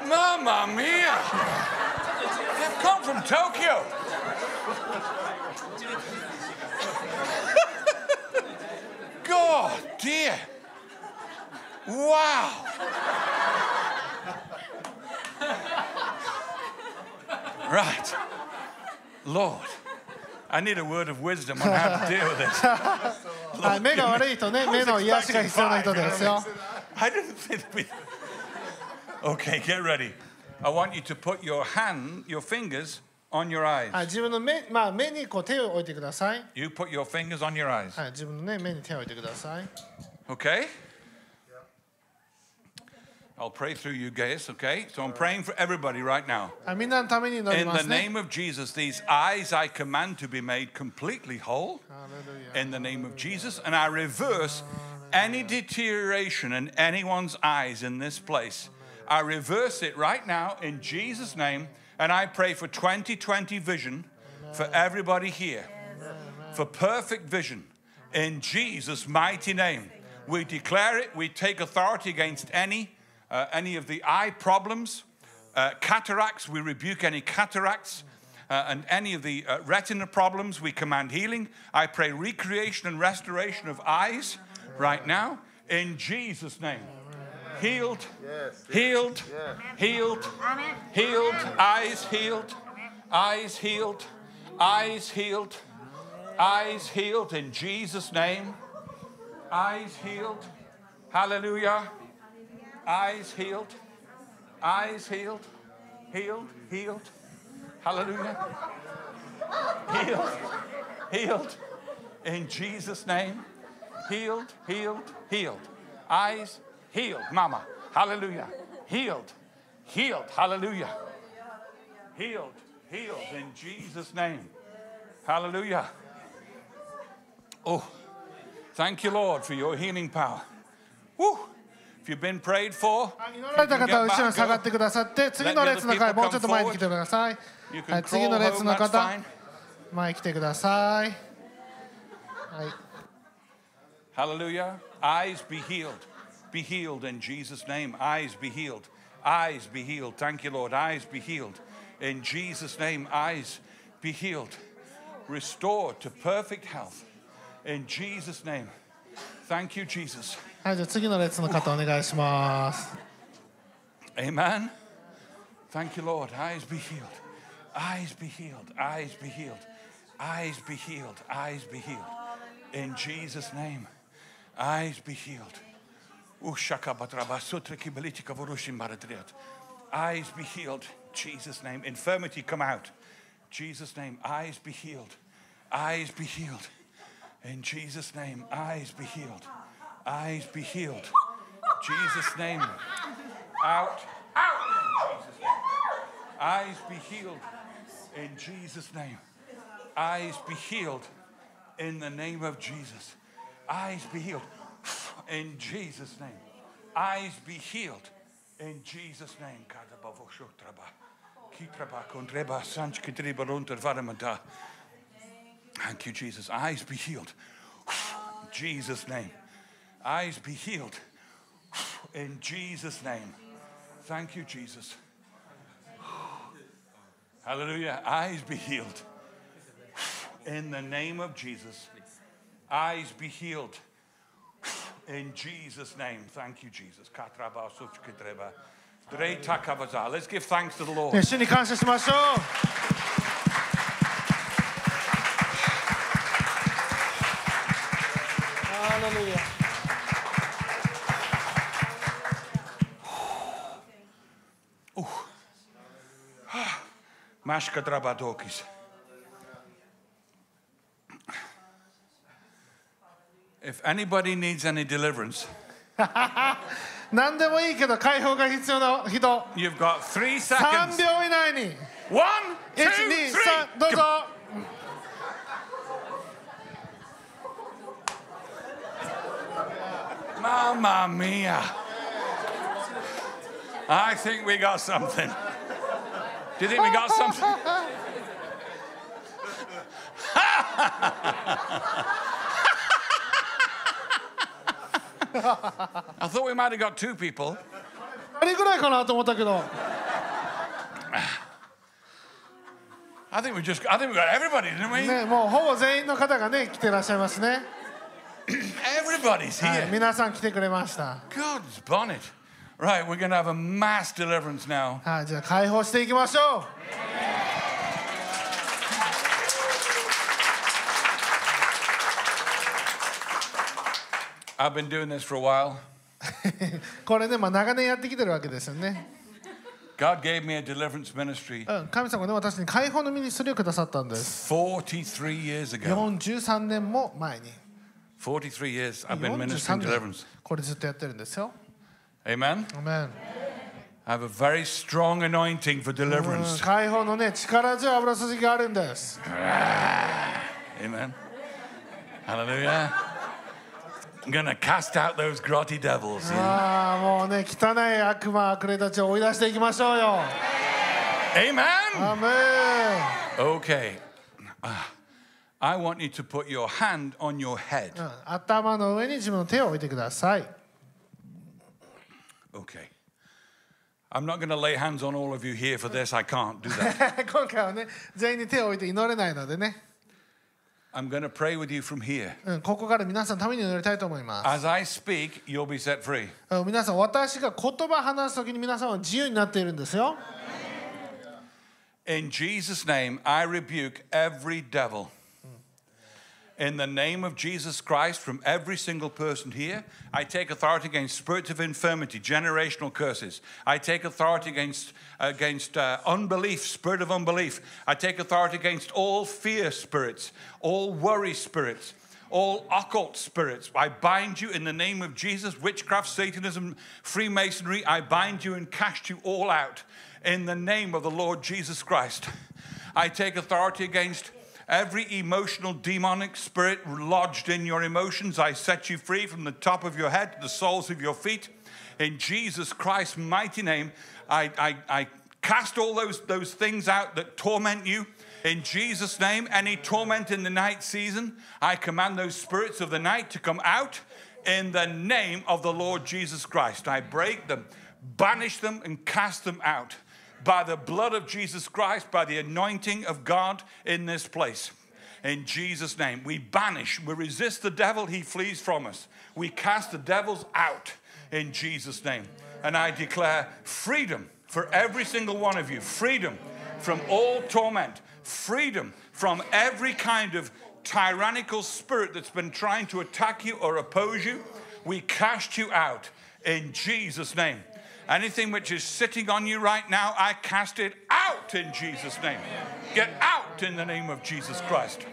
Mamma mia! They've come from Tokyo. God dear. Wow. Right. Lord, I need a word of wisdom on how to deal with this.
はい目が悪い人ね
I was
目の癒しが必要な人
expecting
で
five,
す
you know
よ
what I mean? I didn't think it'd be. Okay, get ready. I want you to put your hand, your fingers on your
は
eyes.
い自分の目まあ目にこう手を置いてください
You put your fingers on your eyes.
はい自分のね目に手を置いてください
Okay? I'll pray through you, Gaius, okay? So I'm praying for everybody right now.
はいみんなのために祈り
In
ま
the
すね
name of Jesus, these eyes I command to be made completely whole.
ハレルヤ
in the name of Jesus. And I reverse any deterioration in anyone's eyes in this place. I reverse it right now in Jesus' name. And I pray for 2020 vision for everybody here, for perfect vision in Jesus' mighty name. We declare it, we take authority against any. Uh, any of the eye problems, uh, cataracts, we rebuke any cataracts. Uh, and any of the uh, retina problems, we command healing. I pray recreation and restoration of eyes right now in Jesus' name. Healed, healed, healed, healed, eyes healed, eyes healed, eyes healed, eyes healed in Jesus' name. Eyes healed, hallelujah. Eyes healed, eyes healed, healed, healed. Hallelujah. Healed. Healed. In Jesus' name. Healed. Healed. Healed. Eyes healed. Mama. Hallelujah. Healed. Healed. Hallelujah. Healed. Healed. In Jesus' name. Hallelujah. Oh, thank you, Lord, for your healing power. Woo. If you've been prayed for,
祈られた方は後ろに下がってくださって次の列の会
Let the other people
もうちょっと前に来てください
you can
はい
crawl
次の列
home,
の
that's
方
fine.
前に来てくださいはい
Hallelujah. Eyes be healed. Be healed in Jesus' name. Eyes be healed. Eyes be healed. Thank you, Lord. Eyes be healed. In Jesus' name, eyes be healed. Restored to perfect health. In Jesus' name. Thank you, Jesus.
はいじゃあ次の列の方お願いします
Amen. Thank you, Lord. Eyes be healed. Eyes be healed. Eyes be healed. Eyes be healed. Eyes be healed. In Jesus' name. Eyes be healed. Ushakabatrabasutrikibelitikavorushimbaradriat. Eyes be healed. Jesus' name. Infirmity come out. Jesus' name. Eyes be healed. Eyes be healed. In Jesus' name. Eyes be healed. Eyes be healed. Jesus' name. Out. Out. in Jesus' name. Eyes be healed in Jesus' name. Eyes be healed in the name of Jesus. Eyes be healed in Jesus' name. Eyes be healed in Jesus' name. Kadabavoshotraba, kitraba, kontreba, sanchkitriba, runtervaremata. Thank you, Jesus. Eyes be healed. Jesus' name. Eyes be healed. In Jesus' name. Thank you, Jesus. Hallelujah. Eyes be healed. In the name of Jesus. Eyes be healed. In Jesus' name. Thank you, Jesus. Katraba, suchkitreba. Drei takavaza. Let's give thanks to the
ね
Lord.
主に感謝しましょう
Hallelujah.
Mashkatrabadokis. If anybody needs any deliverance,
何でもいいけど解放が必要な人
you've got three
3
seconds.
秒以内に
One, two,
123
three.
どうぞ
Mamma mia. I think we got something. Do you think we got something? I thought we might have got two people.
あれぐらいかなと思ったけど
I think we just I think we got everybody, didn't we?
ねもうほぼ全員の方がね来てらっしゃいますね、
Everybody's
はい
here.
皆さん来てくれました
God's bonnet. Right, we're going to have a mass deliverance now.
はいじゃあ解放していきましょう
I've been doing this for a while.
これね、まあ、長年やってきてるわけですよね、
God gave me a deliverance ministry
うん、神様がね私に解放のミニストリーをくださったんです
43 years ago.
43年も前に
43 years I've been
43
ministering
年
deliverance.
これずっとやってるんですよ
Amen.
アメン
I have a very strong anointing for
うん
deliverance.
解放のね力強い油筋があるんです
Amen. Hallelujah. I'm going to cast out those grotty devils. yeah.
ああもうね汚い悪魔悪霊たちを追い出していきましょうよ
Amen.
アメン
Okay. Ah, I want you to put your hand on your head.
うん頭の上に自分の手を置いてください
Okay. I'm not going to lay hands on all of you here for this. I can't do that.
今回はね全員に手を置いて祈れないのでね、
I'm going to pray with you from here.
うん、ここから皆さんのために祈りたいと思います
As I speak, you'll be set free.
うん皆さん私が言葉話す時に皆さんは自由になっているんですよ
In Jesus' name, I rebuke every devil. In the name of Jesus Christ, from every single person here, I take authority against spirits of infirmity, generational curses. I take authority against against uh, unbelief, spirit of unbelief. I take authority against all fear spirits, all worry spirits. All occult spirits, I bind you in the name of Jesus. Witchcraft, Satanism, Freemasonry, I bind you and cast you all out in the name of the Lord Jesus Christ. I take authority against every emotional demonic spirit lodged in your emotions. I set you free from the top of your head to the soles of your feet. In Jesus Christ's mighty name, I, I, I cast all those, those things out that torment you. In Jesus' name, any torment in the night season, I command those spirits of the night to come out in the name of the Lord Jesus Christ. I break them, banish them, and cast them out by the blood of Jesus Christ, by the anointing of God in this place. In Jesus' name, we banish, we resist the devil, he flees from us. We cast the devils out in Jesus' name. And I declare freedom for every single one of you freedom from all torment, freedom from every kind of tyrannical spirit that's been trying to attack you or oppose you. We cast you out in Jesus' name. Anything which is sitting on you right now, I cast it out in Jesus' name. Get out in the name of Jesus Christ.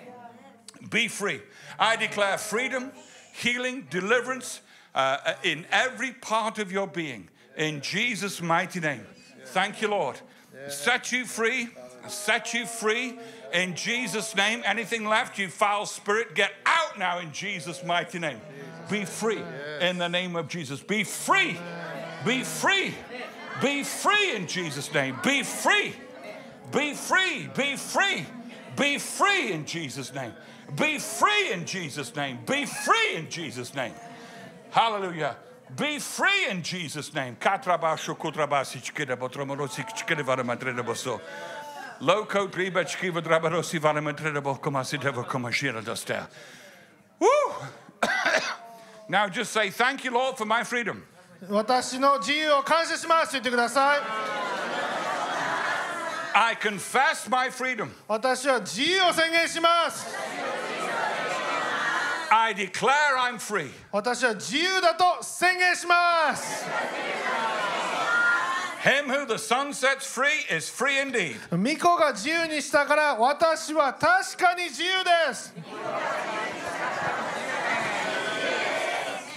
Be free. I declare freedom, healing, deliverance uh, in every part of your being. In Jesus' mighty name. Thank you, Lord. Set you free. Set you free in Jesus' name. Anything left, you foul spirit, get out now in Jesus' mighty name. Be free in the name of Jesus. Be free. Be free. Be free in Jesus' name. Be free. Be free. Be free. Be free in Jesus' name. Be free in Jesus' name. Be free in Jesus' name. Hallelujah. Be free in Jesus' name. Katrabasho kutrabasi chikere botromorosi chikere varamatrede boso. Loko triba chikiva drabarosi varamatrede bokomasi devo komashira dosta. Woo! Now just say, thank you, Lord, for my freedom.
私の自由を感謝しますと言ってください
I confess my freedom.
私は自由を宣言します
I declare I'm free.
私は自由だと宣言します
Him who the sun sets free is free indeed.
巫女が自由にしたから私は確かに自由です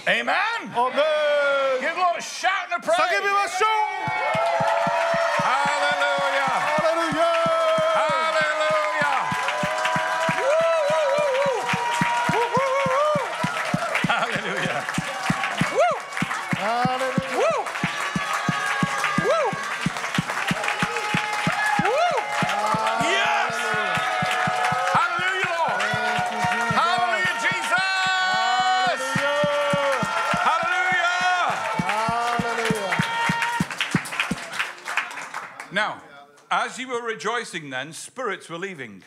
Amen.
オープン
Give the Lord a shout and a
叫び
praise.
ましょ
Hallelujah.
うハレルヤ
Hallelujah. Woo, woo, woo, woo. Woo, woo, woo, woo. Hallelujah. Woo,
ハレルヤ
woo. Woo. Woo. Yes. Hallelujah, Lord. Hallelujah, Jesus. Hallelujah.
ハレルヤ
Now, as you were rejoicing, then spirits were leaving.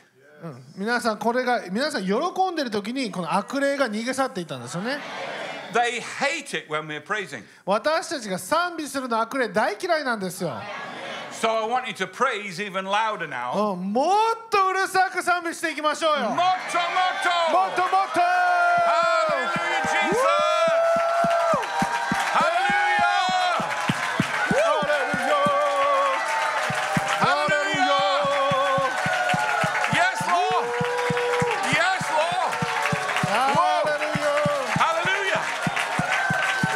皆さんこれが皆さん喜んでる時にこの悪霊が逃げ去っていったんですよね
They hate it when we're praising.
私たちが賛美するの悪霊大嫌いなんですよ、
So I want you to praise even louder now.
うん、もっとうるさく賛美していきましょうよも
Motto, Oh. motto!
っともっと
Hallelujah, Jesus! Hallelujah! Hallelujah! Yes, Lord! Yes, Lord!
ハレルヤ
Hallelujah!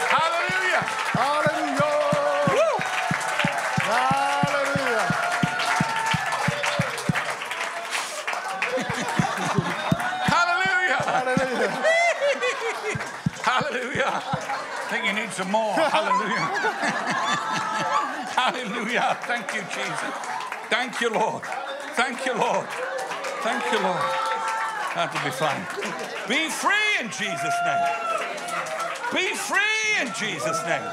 Hallelujah!
ハレルヤ
Woo!
ハレルヤ
Hallelujah!
ハレルヤ
Hallelujah. I think you need some more. Hallelujah. Hallelujah. Thank you, Jesus. Thank you, Lord. Thank you, Lord. Thank you, Lord. That'll be fine. Be free in Jesus' name. Be free in Jesus' name.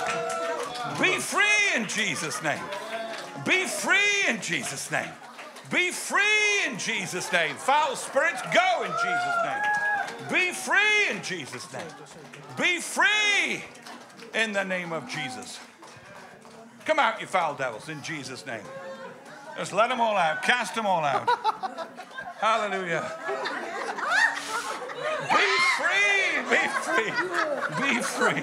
Be free in Jesus' name. Be free in Jesus' name. Be free in Jesus' name. Foul spirits, go in Jesus' name. Be free in Jesus' name. Be free in the name of Jesus. Come out, you foul devils, in Jesus' name. Just let them all out. Cast them all out. Hallelujah. Be free. Be free. Be free.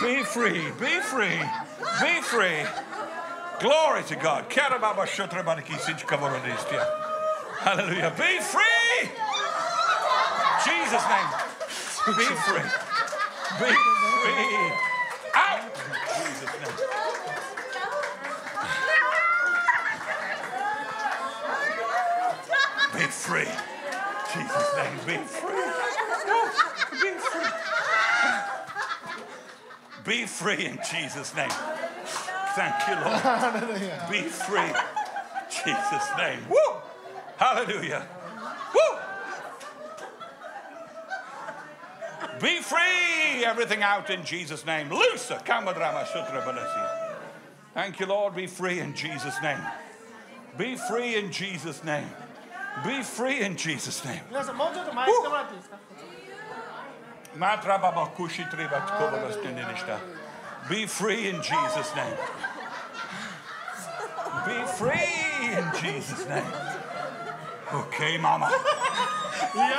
Be free, be free, be free. Glory to God. Karababa shotrabariki sinchkavorodistia. Hallelujah. Be free. Jesus' name. Be free. Be free. Out. in Jesus' name. Be free. Jesus' name. Be free. Be free. Be free in Jesus' name. Thank you, Lord. Be free. Jesus' name. Woo! Hallelujah. Woo! Be free. Everything out in Jesus' name. Looser. Kamadrama Sutra Balasi. Thank you, Lord. Be free in Jesus' name. Be free in Jesus' name. Be free in Jesus' name.
皆さんもうちょっと前にしてもらっていいですか
Be free in Jesus' name. Be free. in Jesus' name. Okay, Mama. Be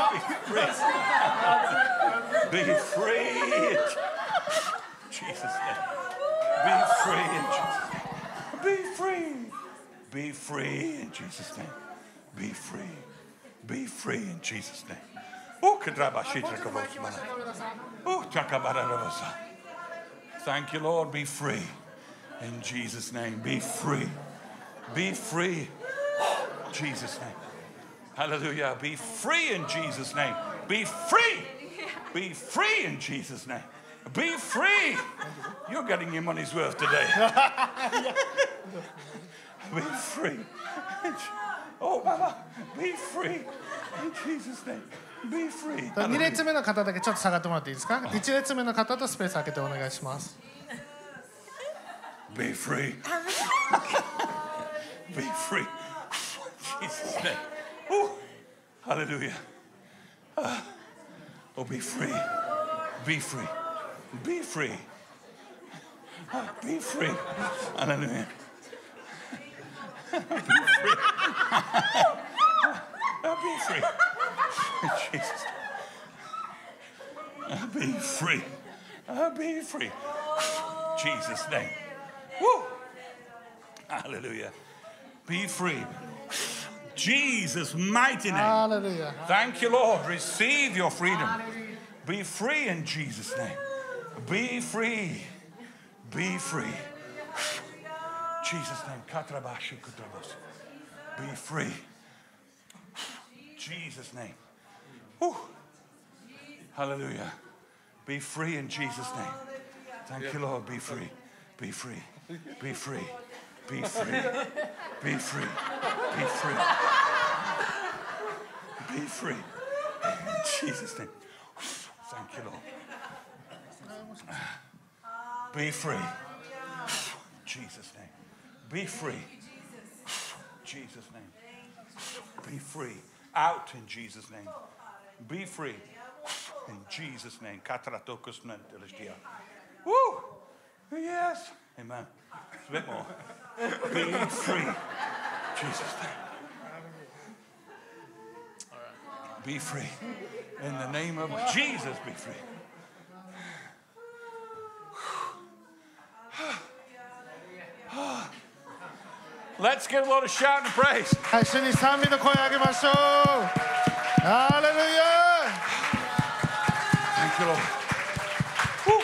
free. in Jesus' name. Be free in Jesus' name. Be free. Be free in Jesus' name. Be free. Be free in Jesus' name. Oh, kadrabashitrakabosmana. Oh, takabarabasa. Thank you, Lord. Be free. In Jesus' name, be free. Be free. Jesus' name. Hallelujah. Be free in Jesus' name. Be free. Be free in Jesus' name. Be free. You're getting your money's worth today. be free. Oh, Mama, be free. In Jesus' name. Be free.
2列目の方だけちょっと下がってもらっていいですか1列目の方とスペース開けてお願いします
Be free. Be free. Jesus' name. Ooh. Hallelujah. Ah. oh, be free. Be free. Be free. Ah, be free. Hallelujah. be free. Ah, be free. Jesus. Ah, be free. Ah, be free. Jesus' name. Woo! Hallelujah. Be free. Jesus' mighty name.
ハレルヤ
Thank you, Lord. Receive your freedom. Be free in Jesus' name. Be free. Be free. Jesus' name. Katrabashi kutrabos. Be free. Jesus' name. Whew. Hallelujah. Be free in Jesus' name. Thank you, Lord. Be free. Be free. Be free. Be free. Be free. Be free. Be free. In Jesus' name. Thank you, Lord. Be free. Jesus' name. Be free. Jesus' name. Be free. Out in Jesus' name. Be free. In Jesus' name. Katratokos nentelishtia. Woo! Yes. Amen. A bit more. Be free. Jesus' name. Be free. In the name of Jesus, be free. Let's give a lot of shout and praise.
はい主に賛美の声を上げましょうハレルヤ
Thank you, Lord. Woo. Woo.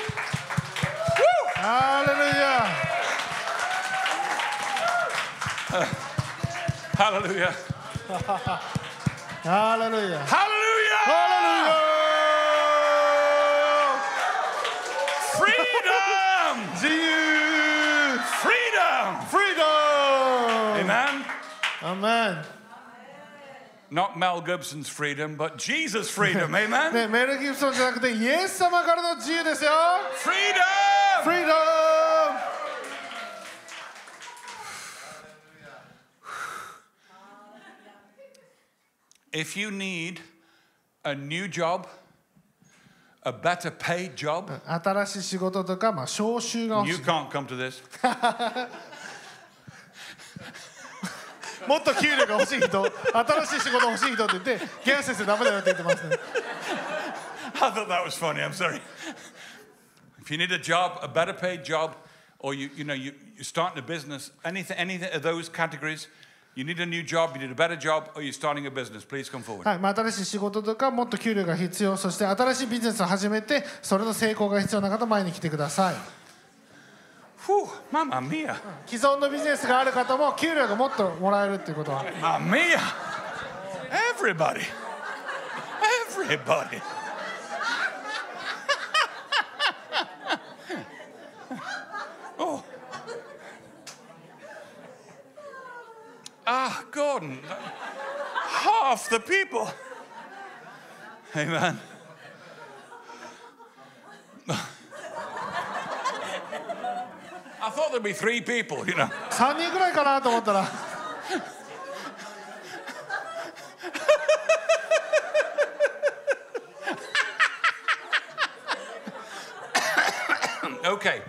ハレルヤ
Hallelujah.
ハレルヤ
Hallelujah. Freedom.
自由
Freedom.
フリーダム
Amen.
アメ
Not Mel Gibson's freedom, but Jesus' freedom.
ン
Amen.
ねメル・ギブソンじゃなくてイエス様からの自由ですよ
Freedom.
フリーダム
If you need a new job, a better paid job,
新しい仕事とか、まあ、召集が欲
you
しい
can't come to this.
もっと給料が欲しい人新しい仕事欲しい人って言ってゲア先生ダメだよって言ってますね
I thought that was funny. I'm sorry. If you need a job, a better paid job, or you, you know, you, you're starting a business, anything, anything of those categories, you need a new job, you need a better job, or you're starting a business, please come forward.
はいまあ、新しい仕事とかもっと給料が必要そして新しいビジネスを始めてそれの成功が必要な方前に来てください
Whew, mamma mia.
既存のビジネスがある方も給料がもっともらえるっていうことは
Mamma mia. Everybody. Everybody. oh. Ah, Gordon. Half the people. Amen. I thought there'd be three people, you know.
3人ぐらいかなと思ったら
Okay.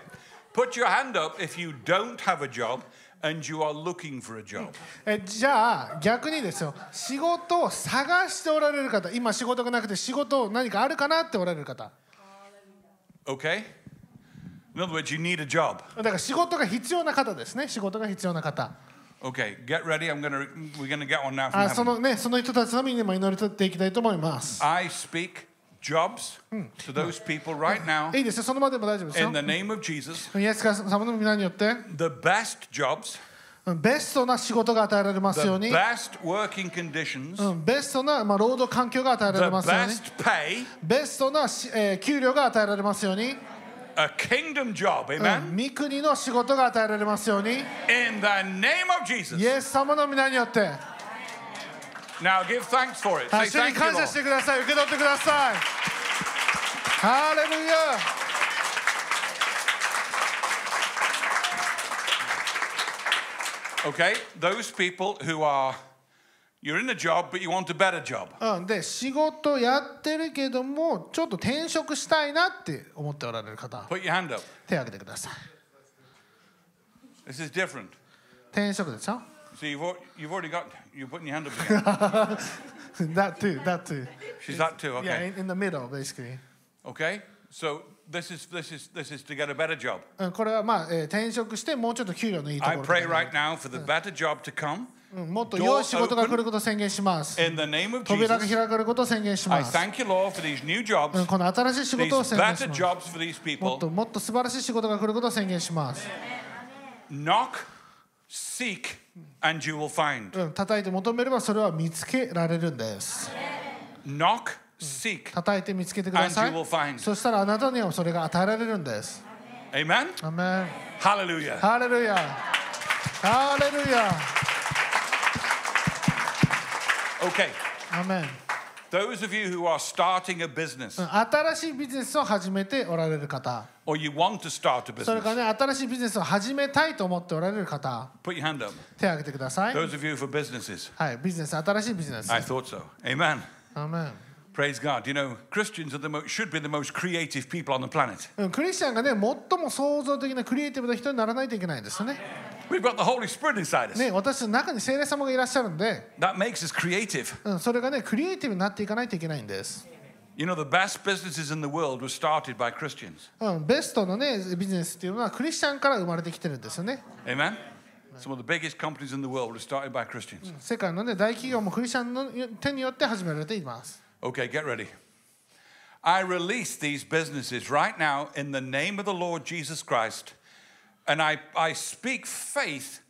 Put your hand up if you don't have a job and you are looking for a job.
えじゃあ逆にですよ仕事を探しておられる方今仕事がなくて仕事何かあるかなっておられる方
Okay? In other words, you need a job.
だから仕事が必要な方ですね仕事が必要な方
Okay, get ready. I'm gonna we're gonna get one now from
あそ
heaven.
のねその人たちのみにも祈りとっていきたいと思います
I speak jobs to those people right now
いいですよその場でも大丈夫ですよ
in the name of Jesus.
イエス様の皆によって
The best jobs,
うんベストな仕事が与えられますよう
the
に
best working conditions,
うんベストな、まあ、労働環境が与えられ
the
ますように
best pay,
ベストなし、えー給料が与えられますように、
a kingdom job.
う
Amen.
ん、御国の仕事が与えられますように
In the name of
イ
Jesus.
エス様の皆によって
Now give thanks for it.
は
Say
い主
thank you,
に感謝
Lord.
してください受け取ってくださいハレルヤ
Okay, those people who are, you're in a job, but you want a better job.
うん、で仕事やってるけどもちょっと転職したいなって思っておられる方
Put your hand up.
手を挙げてください
This is different.
転職でしょ
So you've, al- you've already got, you're putting your hand up again.
That too, that too
She's that too,
Yeah,
okay.
in, in the middle basically
Okay, so this is, this is, this is to get a better job.
うんこれはまあ、えー転職してもうちょっと給料のいいとこ
I
ろ
pray
とか
right now for the better job to come
うんもっと良い仕事が来ることを宣言します
in the name of
扉が
Jesus.
開かれることを宣言し
I
ます
thank you, Lord, for these new
う
jobs,
んこの新しい仕事を
these
宣言し
better
ます
jobs for these
もっと
people.
もっと素晴らしい仕事が来ることを宣言します、
Knock, seek, and you will find.
うん、叩いて求めればそれは見つけられるんです
Knock, seek,
叩いて見つけてくださ
And you will
い
find.
そしたらあなたにはそれが与えられるんです
amen.
アメン
Hallelujah.
ハレルヤハレルヤ
Okay,
アメン
those of you who are starting a business
うん新しいビジネスを始めておられる方
or you want to start a
それか
business,
らね新しいビジネスを始めたいと思っておられる方
put your hand up.
手を挙げてください
Those of you for businesses,
はいビジネス新しいビジネス
I thought so. Amen.
アメン
Praise God. You know, Christians are the mo- should be the most creative people on the planet.
うんクリスチャンがね最も創造的なクリエイティブな人にならないといけないんですよね
We've got the Holy Spirit inside us.
ね私の中に聖霊様がいらっしゃるんで、
That makes us creative.
うん、それがねクリエイティブになっていかないといけないんです、
You know, the best businesses in the world were started by Christians.
うん、ベストのねビジネスっていうのはクリスチャンから生まれてきてるんですよね
Amen. Some of the biggest companies in the world were started by Christians.
世界のね大企業もクリスチャンの手によって始められています
Okay, get ready. I release these businesses right now in the name of the Lord Jesus Christ. And I, I speak faith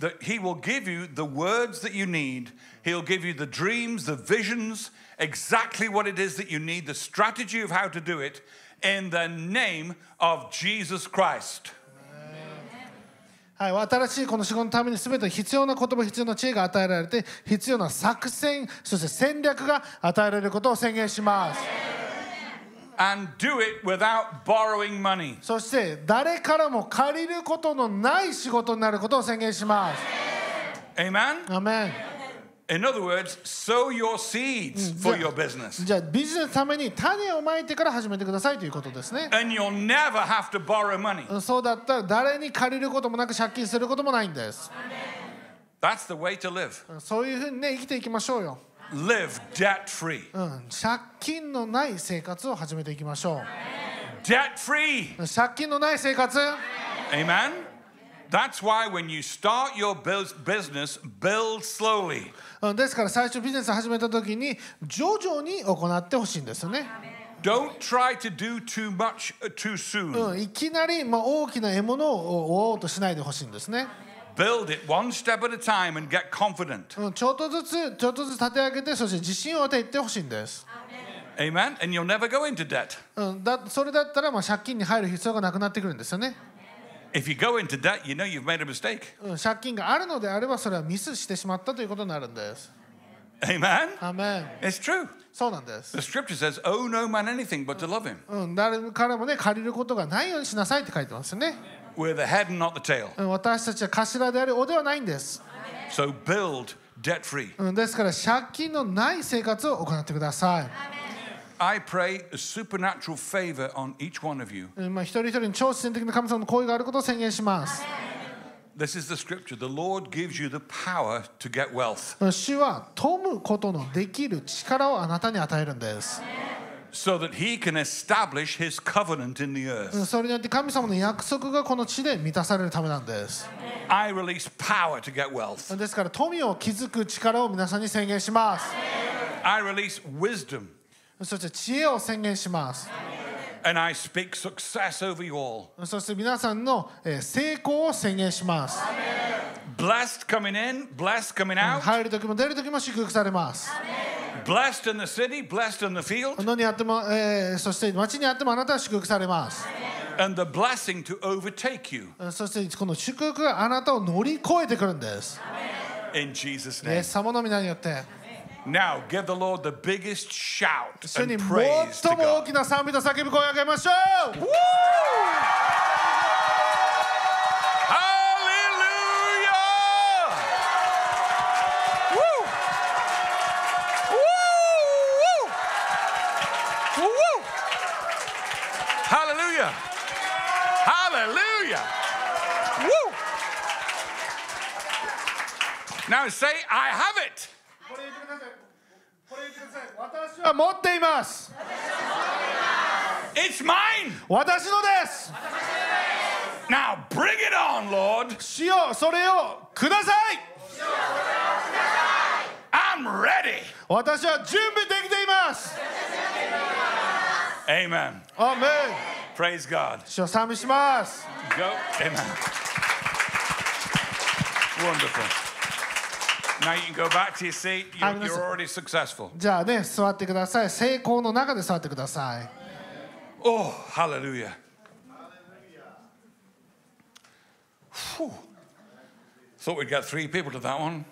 that He will give you the words that you need. He'll give you the dreams, the visions, exactly what it is that you need, the strategy of how to do it in the name of Jesus Christ.
はい、新しいこの仕事のために全て必要な言葉必要な知恵が与えられて必要な作戦そして戦略が与えられることを宣言します
And do it without borrowing money.
そして誰からも借りることのない仕事になることを宣言します
Amen?
アメ
In other words, sow your seeds for your business.
ンじゃあビジネスのために種をまいてから始めてくださいということですね
And you'll never have to borrow money.
そうだったら誰に借りることもなく借金することもないんです
That's the way to live.
そういうふうにね生きていきましょうよ、
Live debt free.
うん、借金のない生活を始めていきましょ
Debt free.
う借金のない生活
Amen. That's why when you start your bus- business, build slowly.
うんですから最初ビジネス始めた時に徐々に行ってほしいんですよね、
Don't try to do too much uh, too soon.
うん、いきなりまあ大きな獲物を追おうとしないでほしいんですね、
Build it one step at a time and get confident.
うん、ちょっとずつちょっとずつ立て上げてそして自信を与えてほしいんです、
Amen. And you'll never go into debt.
うん、だそれだったらまあ借金に入る必要がなくなってくるんですよね、
If you go into debt, you know you've made a mistake.
うん、借金があるのであればそれはミスしてしまったということになるんです
Amen.
アメン
It's true.
そうなんです
The scripture says, "Owe no man anything but to love him.
うん、誰からもね借りることがないようにしなさいって書いてますよね、
We're the head and not the tail.
うん、私たちは頭であるおではないんです、
So build debt free.
うん、ですから借金のない生活を行ってくださ
I pray a supernatural favor on each one of you.
い、うんまあ、一人一人に超自然的な神様の行為があることを宣言します、
This is the scripture. The Lord gives you the power to get wealth.
主は富むことのできる力をあなたに与えるんです。
so that he can establish his covenant in the earth.
それによって神様の約束がこの地で満たされるためなんです。
I release power to get wealth.
ですから富を築く力を皆さんに宣言します。
I release wisdom
そして知恵を宣言します。
and I speak success over you all.
そして皆さんのえー成功を宣言します。
Blessed coming in, blessed coming out,
入る時も出る時も祝福されます。
blessed in the city, blessed in the field,
野にあっても、えーそして町にあってもあなたは祝福されます。
and the blessing to overtake you
そしてこの祝福があなたを乗り越えてくるんです。
in Jesus'
イエ
name.
ス様の皆によって、
Now give the Lord the biggest shout
主に
and praise
最
to
も大
God.
きな賛美と叫び声を上げましょう
Woo! Hallelujah! Woo! Woo! Woo! Woo! Hallelujah! Hallelujah! Woo! Now say, I have it.
これ言ってください。これ言ってください。私は持っています。
It's mine.
私のです。
Now bring it on, Lord.
主よそれをください。
I'm ready.
私は準備できています。
Amen.
アーメン。
Praise God.
主を賛美します。
Go. Amen. Wonderful. Now you can go back to your seat. You're,
I'm-
you're already successful.
じゃあね座ってください。成功の中で座ってください。
Oh, hallelujah. Phew. Thought we'd get three people to that one.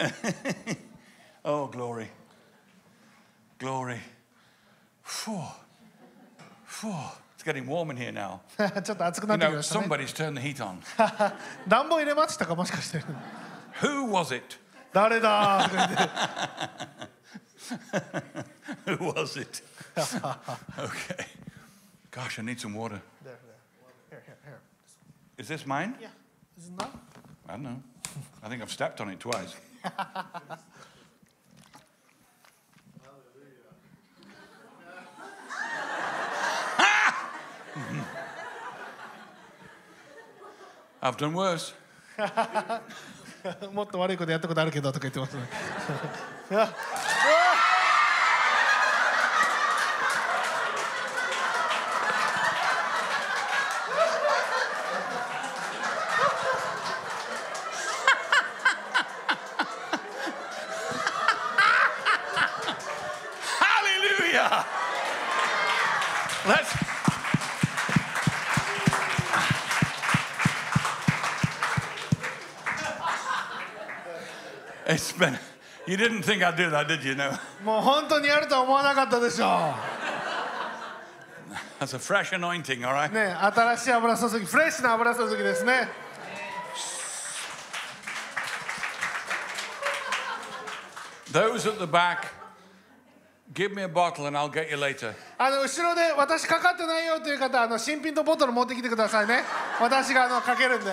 oh, glory. Glory. Phew. Phew. It's getting warm in here now.
ちょっと熱くな
You
ってき
know,
ましたね。
somebody's turned the heat on.
暖房入れましたかもしかして。
Who was it?
誰だー。
Who was it? okay. Gosh, I need some water. Is this mine? I don't know. I think I've stepped on it twice. Ah! I've done worse.
もっと悪いことやったことあるけどとか言ってますね。
Hallelujah! Let's. It's been. You didn't think I'd do that, did you? No.
もう本当にやるとは思わなかったでしょ
That's a fresh anointing, all right?
う。ね新しい油注ぎフレッシュな油注ぎですね。
Those at the back, give me a bottle and I'll get you later.
あの後ろで私かかってないよという方あの新品とボトル持ってきてくださいね私があのかけるんで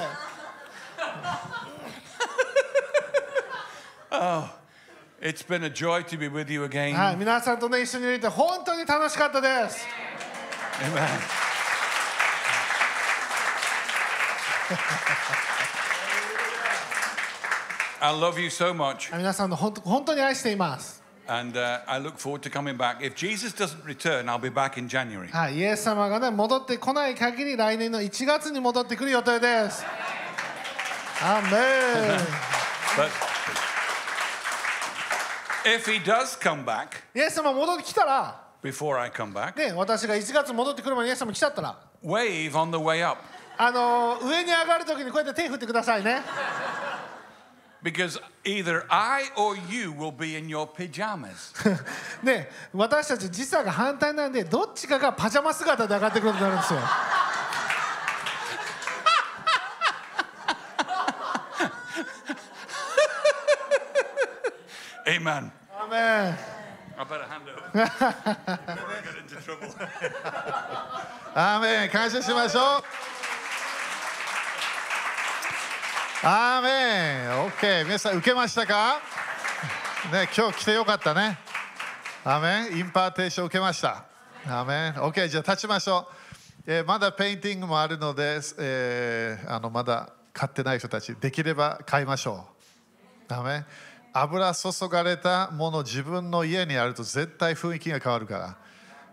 It's been a joy to be with you again.
はい皆さんとね一緒にいれて本当に楽しかったです
Amen. I love you so much,
皆さんの本当本当に愛しています
and uh, I look forward to coming back. If Jesus doesn't return, I'll be back in January.
はいイエス様がね戻ってこない限り来年の1月に戻ってくる予定ですアーメン
But if he does come back
イエス様戻ってきたら
before I come back,
ね私が1月戻ってくる前にイエス様来ちゃったら
wave on the way up
あのー上に上がる時にこうやって手振ってくださいね
because either I or you will be in your pajamas.
ね私たち時差が反対なんでどっちかがパジャマ姿で上がってくることになるんですよ
Amen.
アーメン
I better hand it over. Before I get into trouble.
アーメン感謝しましょうアーメンオッケー皆さん受けましたかね今日来てよかったねアーメンインパーテーション受けましたアーメンオッケーじゃあ立ちましょう、えーまだペインティングもあるので、えーあのまだ買ってない人たちできれば買いましょうアーメン油注がれたもの自分の家にあると絶対雰囲気が変わるから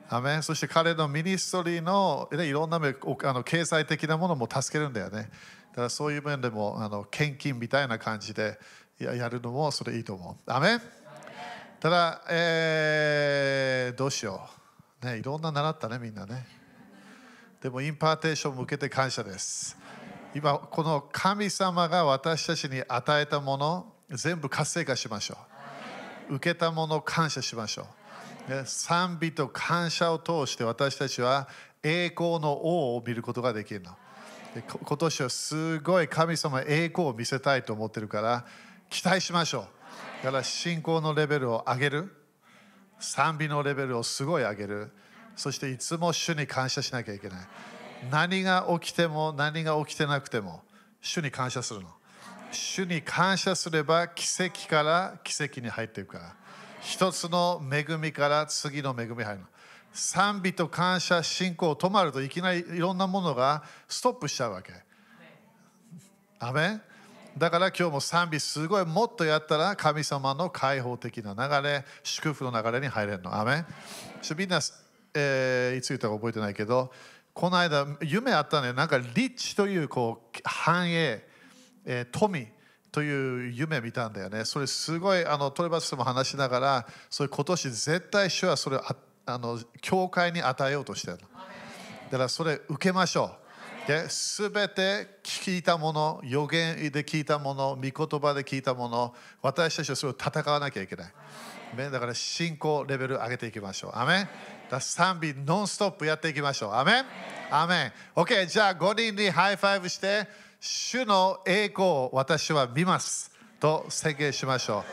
アーメンそして彼のミニストリーの、ね、いろんな面おあの経済的なものも助けるんだよねだからそういう面でもあの献金みたいな感じでややるのもそれいいと思うアーメンただ、えーどうしよう、ね、いろんな習ったねみんなねでもインパーテーションを受けて感謝です今この神様が私たちに与えたもの全部活性化しましょう受けたものを感謝しましょう。ね賛美と感謝を通して私たちは栄光の王を見ることができるの。でこ今年はすごい神様栄光を見せたいと思ってるから期待しましょう。だから信仰のレベルを上げる。賛美のレベルをすごい上げるそしていつも主に感謝しなきゃいけない何が起きても何が起きてなくても主に感謝するの主に感謝すれば奇跡から奇跡に入っていくから一つの恵みから次の恵み入るの賛美と感謝信仰止まるといきなりいろんなものがストップしちゃうわけアメンだから今日も賛美すごいもっとやったら神様の開放的な流れ祝福の流れに入れるのアメンちょみんな、えーいつ言ったか覚えてないけどこの間夢あったねなんかリッチというこう繁栄、えー富という夢見たんだよねそれすごいあのトレバスとも話しながらそれ今年絶対主はそれをああの教会に与えようとしてるのだからそれ受けましょう。ですべて聞いたもの、予言で聞いたもの、御言葉で聞いたもの、私たちはそれを戦わなきゃいけない。ねだから信仰レベル上げていきましょう。アメンだから賛美ノンストップやっていきましょう。アメンアメン OK、じゃあ5人にハイファイブして、主の栄光を私は見ますと宣言しましょう。